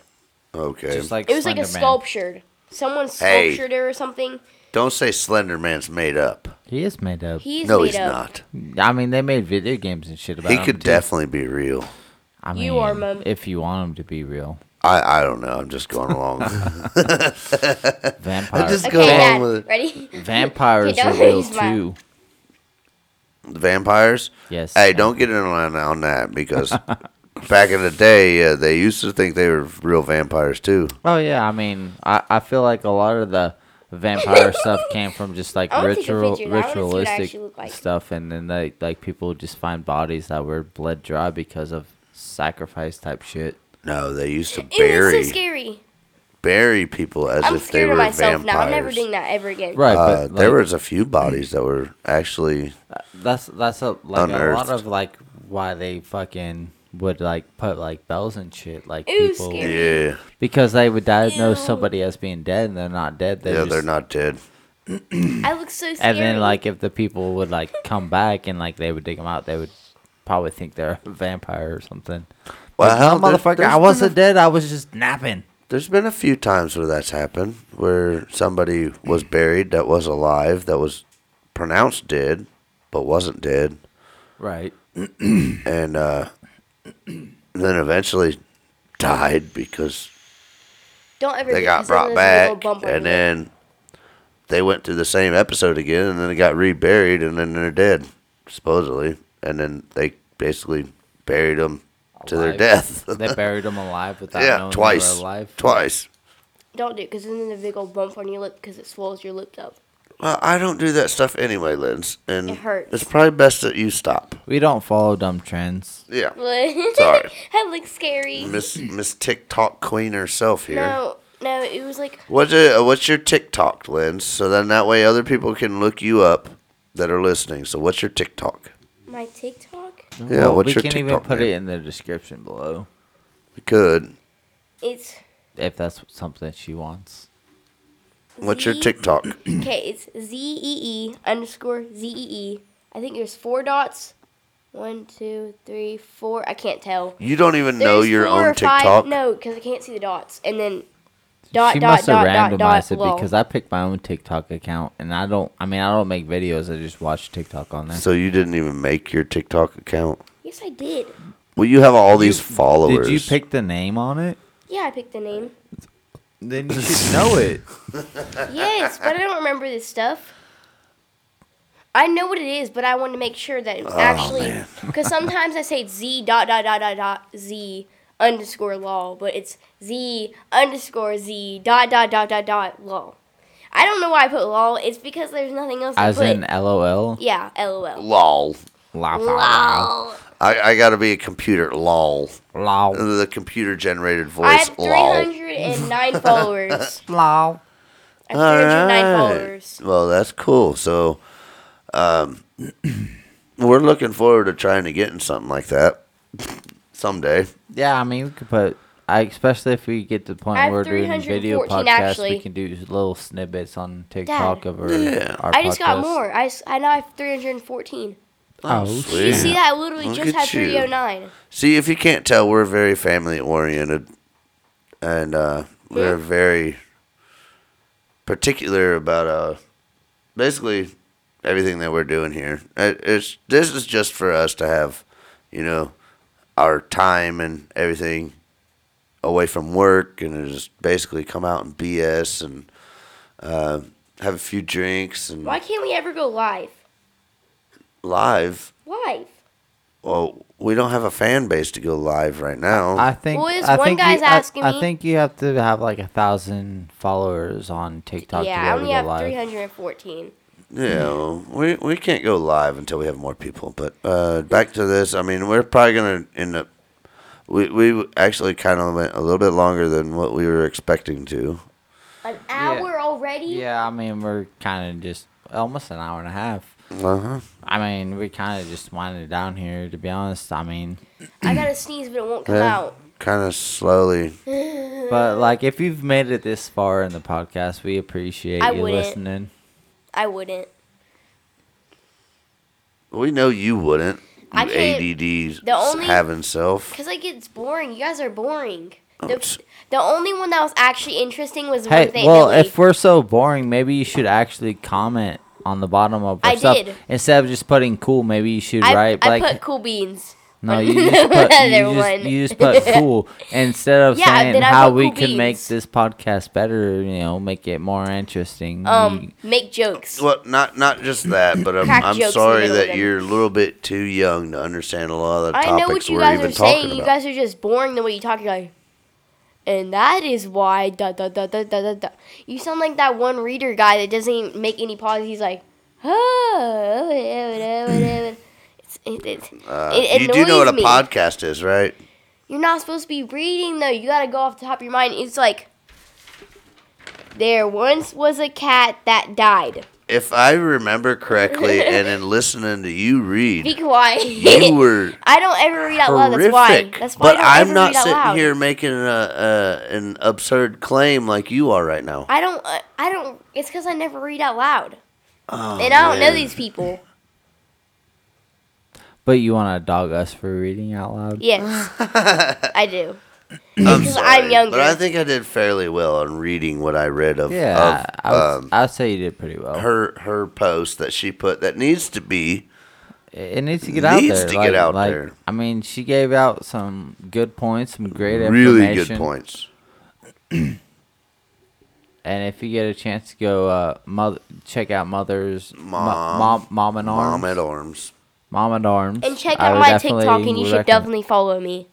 S2: Okay.
S1: Just like
S3: It was
S1: Slender
S3: like a
S1: Man.
S3: sculptured. Someone
S2: Hey.
S3: sculptured her or something.
S2: Don't say Slender Man's made up.
S1: He is made up.
S3: He's
S2: no,
S3: made
S2: he's
S3: up.
S2: not.
S1: I mean, they made video games and shit about.
S2: He
S1: him,
S2: could
S1: too.
S2: definitely be real.
S1: I mean,
S3: You are, Mom.
S1: If you want him to be real,
S2: I, I don't know. I'm just going along.
S1: vampires.
S2: just
S3: Okay,
S2: Go
S3: Dad,
S2: on with it.
S3: ready?
S1: Vampires
S3: Okay,
S1: are
S3: don't
S1: real
S3: use my-
S1: too.
S2: Vampires.
S1: Yes.
S2: Hey, don't get in on, on that because back in the day, uh, they used to think they were real vampires too.
S1: Oh yeah, I mean, I, I feel like a lot of the vampire stuff came from just like
S3: I wanna take a
S1: ritual
S3: picture of that. I wanna see what I
S1: ritualistic
S3: actually look like.
S1: stuff, and then like like people just find bodies that were bled dry because of sacrifice type shit.
S2: No, they used to
S3: It
S2: bury
S3: was so scary.
S2: bury people as
S3: I'm
S2: if they
S3: scared
S2: were
S3: of myself
S2: vampires.
S3: now. I'm never doing that ever again.
S1: Right,
S2: Uh,
S1: but
S2: there
S1: like,
S2: was a few bodies that were actually
S1: that's that's a like a lot
S2: Unearthed.
S1: of like why they fucking would like put like bells and shit like
S3: It was
S1: people
S3: scary.
S2: yeah
S1: because they would diagnose
S3: Ew.
S1: somebody as being dead and they're not dead. They
S2: yeah
S1: just,
S2: they're not dead.
S3: I look so scary.
S1: And then, like, if the people would like come back and like they would dig them out, they would probably think they're a vampire or something.
S2: Well,
S1: Like,
S2: hell,
S1: no,
S2: there-
S1: motherfucker,
S2: there's
S1: I
S2: been
S1: wasn't dead. I was just napping.
S2: There's been a few times where that's happened where somebody was buried that was alive that was pronounced dead but wasn't dead
S1: Right.
S2: and uh, then eventually died because
S3: don't ever.
S2: they
S3: do it,
S2: got
S3: 'cause then
S2: brought
S3: there's a little
S2: back
S3: bump on
S2: and
S3: your-
S2: then they went through the same episode again and then it got reburied and then they're dead supposedly and then they basically buried them to their
S1: Alive.
S2: death
S1: they buried them alive without
S2: yeah
S1: knowing they
S2: twice
S1: were alive.
S2: twice
S3: Don't do it because then there's a big old bump on your lip because it swells your lips up.
S2: well i don't do that stuff anyway lens and
S3: It hurts.
S2: it's probably best that you stop
S1: We don't follow dumb trends.
S2: yeah Sorry.
S3: that looks scary.
S2: miss miss tiktok queen herself here
S3: No, no, it was like
S2: What's it, uh, what's your TikTok, Lens? So then that way other people can look you up that are listening. So what's your TikTok?
S3: my TikTok.
S2: Yeah, what's
S1: we
S2: your
S1: can even
S2: TikTok
S1: put
S2: name?
S1: it in the description below
S2: We could.
S3: It's
S1: if that's something she wants.
S2: What's your
S3: Z-
S2: TikTok?
S3: Okay, it's Z E E underscore Z E E. I think there's four dots. One, two, three, four. I can't tell.
S2: You don't even know
S3: There's
S2: your
S3: four
S2: own
S3: or five-
S2: TikTok.
S3: No, because I can't see the dots. And then dot
S1: she
S3: dot
S1: must have
S3: dot dot dot.
S1: randomized it
S3: lol.
S1: because I picked my own TikTok account and I don't. I mean, I don't make videos. I just watch TikTok on there.
S2: So you didn't even make your TikTok account.
S3: yes, I did.
S2: Well, you have all these
S1: You-
S2: followers.
S1: Did you pick the name on it?
S3: Yeah, I picked the name.
S1: Then you should know it.
S3: Yes, but I don't remember this stuff. I know what it is, but I want to make sure that it
S1: Oh,
S3: was actually because sometimes I say z dot dot dot dot dot z underscore lol, but it's z underscore z dot dot dot dot dot lol. I don't know why I put lol. It's because there's nothing else.
S1: As
S3: to put.
S1: in LOL.
S3: yeah, lol.
S2: lol?
S1: La, la, la,
S3: Lol.
S2: I, I gotta be a computer. Lol.
S1: la,
S2: The computer generated
S3: I
S2: voice.
S3: have
S2: Lol.
S3: 309 followers.
S1: la.
S3: I have 309
S2: Alright.
S3: followers.
S2: Well, that's cool. So, um, we're looking forward to trying to getting something like that someday.
S1: Yeah, I mean we could put. I especially if we get to the point
S3: I have
S1: where we're doing video
S3: 314
S1: podcasts,
S3: actually.
S1: we can do little snippets on TikTok
S3: Dad.
S1: of our,
S2: Yeah.
S1: our
S3: I just got
S1: podcast.
S3: more. I, s- I now have 314.
S1: Oh,
S3: Did you see
S2: Yeah.
S3: that? I literally
S2: Look
S3: just
S2: at
S3: had
S2: you.
S3: 309.
S2: See, if you can't tell, we're very family oriented, and uh, we're very particular about uh, basically everything that we're doing here. It, it's this is just for us to have, you know, our time and everything away from work and just basically come out and BS and uh, have a few drinks and
S3: Why can't we ever go live?
S2: live.
S3: Live.
S2: Well, we don't have a fan base to go live right now.
S1: I think.
S3: Well, this
S1: I
S3: one
S1: think
S3: guy's
S1: you, I-
S3: asking
S1: I,
S3: me-
S1: think you have to have like a thousand followers on TikTok
S3: yeah, I
S1: to be
S3: only
S1: able to
S3: have
S1: go live.
S3: 314.
S2: Yeah, well, we we can't go live until we have more people. But uh, back to this, I mean, we're probably gonna end up. We we actually kind of went a little bit longer than what we were expecting to.
S3: An hour already?
S1: Yeah, I mean we're kind of just almost an hour and a half.
S2: Uh huh.
S1: I mean we kind of just winded down here to be honest. I mean,
S3: I gotta sneeze, but it won't come
S2: Yeah.
S3: out.
S2: Kind of slowly.
S3: Mm.
S1: but like if you've made it this far in the podcast, we appreciate
S3: I
S1: you
S3: wouldn't.
S1: listening.
S3: I wouldn't.
S2: We know you wouldn't.
S3: I
S2: you
S3: can't-
S2: ADD's
S3: the only-
S2: having self.
S3: Because, like, it's boring. You guys are boring.
S2: it's-
S3: The, the only one that was actually interesting was
S1: Oh, Hey,
S3: when they
S1: well,
S3: Italy.
S1: if we're so boring, maybe you should actually comment on the bottom of our
S3: I
S1: stuff
S3: did.
S1: instead of just putting cool. Maybe you should
S3: I,
S1: write
S3: I
S1: like
S3: put cool beans.
S1: no,
S3: on
S1: you just put
S3: the
S1: you
S3: other
S1: just,
S3: one.
S1: you just put cool instead of
S3: Yeah,
S1: saying
S3: then I
S1: how
S3: put
S1: we
S3: cool
S1: could make
S3: beans.
S1: this podcast better. You know, make it more interesting. you-
S3: Um, make jokes.
S2: Well, not not just that, but I'm,
S3: Crack
S2: I'm
S3: jokes in the
S2: sorry
S3: middle of
S2: that
S3: them.
S2: you're a little bit too young to understand a lot of the
S3: I know what
S2: topics
S3: you
S2: we're
S3: guys
S2: even
S3: are
S2: talking
S3: saying. You
S2: about.
S3: guys are just boring the way you talk. You're like, and that is why da da da da da da da. You sound like that one reader guy that doesn't even make any pauses. He's like, oh, it's, it, it,
S2: Uh,
S3: it
S2: you do know
S3: annoys
S2: what a
S3: me.
S2: podcast is, right?
S3: You're not supposed to be reading though. You gotta go off the top of your mind. It's like there once was a cat that died.
S2: If I remember correctly, and in listening to you read,
S3: Be quiet.
S2: you were
S3: I don't ever read out loud. That's
S2: horrific.
S3: why. That's why
S2: but
S3: I
S2: I'm
S3: don't ever
S2: not
S3: read out
S2: sitting
S3: loud.
S2: here making a, uh, an absurd claim like you are right now.
S3: I don't. Uh, I don't. It's because I never read out loud,
S2: Oh,
S3: and I don't know
S2: man.
S3: these people.
S1: But you want to dog us for reading out loud?
S3: Yes, I do.
S2: I'm
S3: because
S2: sorry,
S3: I'm younger.
S2: but I think I did fairly well on reading what I read of,
S1: Yeah,
S2: of,
S1: I, I would,
S2: um,
S1: I would say you did pretty well.
S2: her her post that she put that needs to be
S1: it needs to get out
S2: needs
S1: there.
S2: to
S1: like,
S2: get out
S1: like,
S2: there.
S1: I mean, she gave out some good points, some great information.
S2: really good points.
S1: And if you get a chance to go, uh, mother, check out mother's mo-
S2: Mom.
S1: mom, mom and arms,
S2: Mom at arms.
S1: Mom and arms,
S3: And check
S1: I
S3: out
S1: would
S3: my
S1: definitely
S3: TikTok, and you should
S1: recommend-
S3: definitely follow me.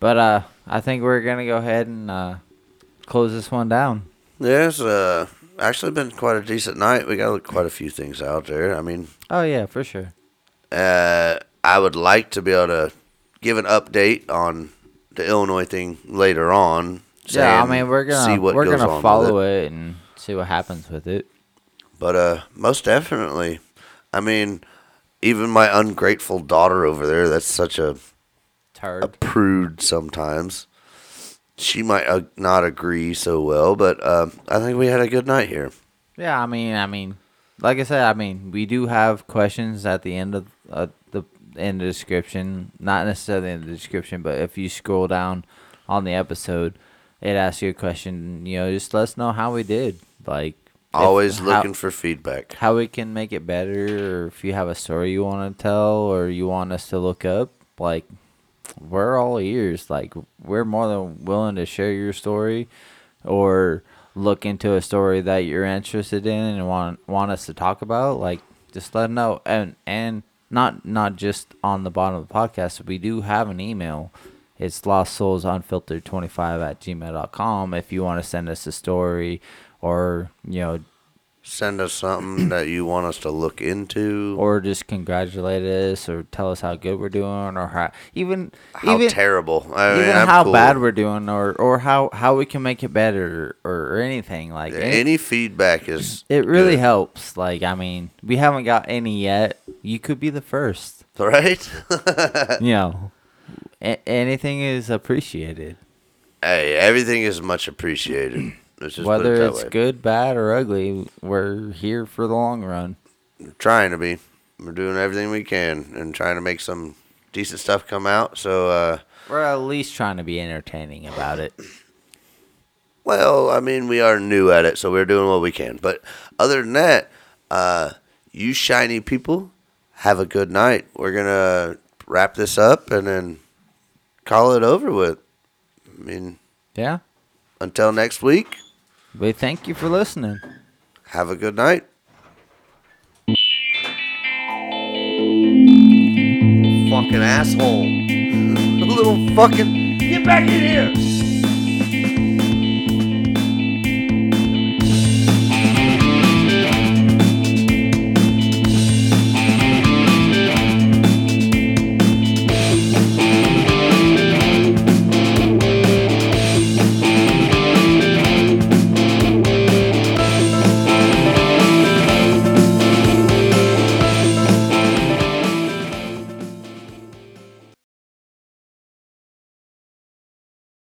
S1: But uh, I think we're gonna go ahead and uh, close this one down.
S2: There's uh, actually been quite a decent night. We got quite a few things out there. I mean,
S1: Oh yeah, for sure.
S2: uh, I would like to be able to give an update on the Illinois thing later on.
S1: yeah, I
S2: saying-
S1: mean we're gonna we're
S2: goes on
S1: gonna
S2: with
S1: follow it. and see what happens with it.
S2: But uh, most definitely, I mean, even my ungrateful daughter over there, that's such a,
S1: Turd.
S2: a prude sometimes. She might uh, not agree so well, but uh, I think we had a good night here.
S1: Yeah, I mean, I mean, like I said, I mean, we do have questions at the end of uh, the in the description, not necessarily in the description, but if you scroll down on the episode, it asks you a question. You know, just let us know how we did. Like if-
S2: Always
S1: how-
S2: looking for feedback.
S1: how we can make it better, or if you have a story you want to tell, or you want us to look up, like we're all ears. Like we're more than willing to share your story, or look into a story that you're interested in and want want us to talk about. Like just let 'em know, and and not not just on the bottom of the podcast. We do have an email. It's lost souls unfiltered 25 at gmail.com if you want to send us a story or you know
S2: Send us something that you want us to look into.
S1: or just congratulate us or tell us how good we're doing or how even
S2: how
S1: even,
S2: terrible. I mean,
S1: even
S2: I'm
S1: how
S2: cool.
S1: bad we're doing or or how how we can make it better or, or anything like
S2: Yeah,
S1: any-
S2: Any feedback is
S1: it really
S2: good,
S1: helps like i mean we haven't got any yet you could be the first
S2: right. Uh,
S1: you know A- anything is appreciated
S2: hey, everything is much appreciated. Let's just put it
S1: whether
S2: that
S1: it's
S2: way.
S1: good bad or ugly we're here for the long run
S2: We're trying to be, we're doing everything we can and trying to make some decent stuff come out. So, uh,
S1: we're at least trying to be entertaining about it
S2: well, I mean, we are new at it, so we're doing what we can. But other than that, uh, you shiny people, have a good night. We're gonna wrap this up and then call it over with. I mean,
S1: Yeah.
S2: until next week,
S1: We thank you for listening.
S2: have a good night. Fucking asshole. Little fucking. Get back in here!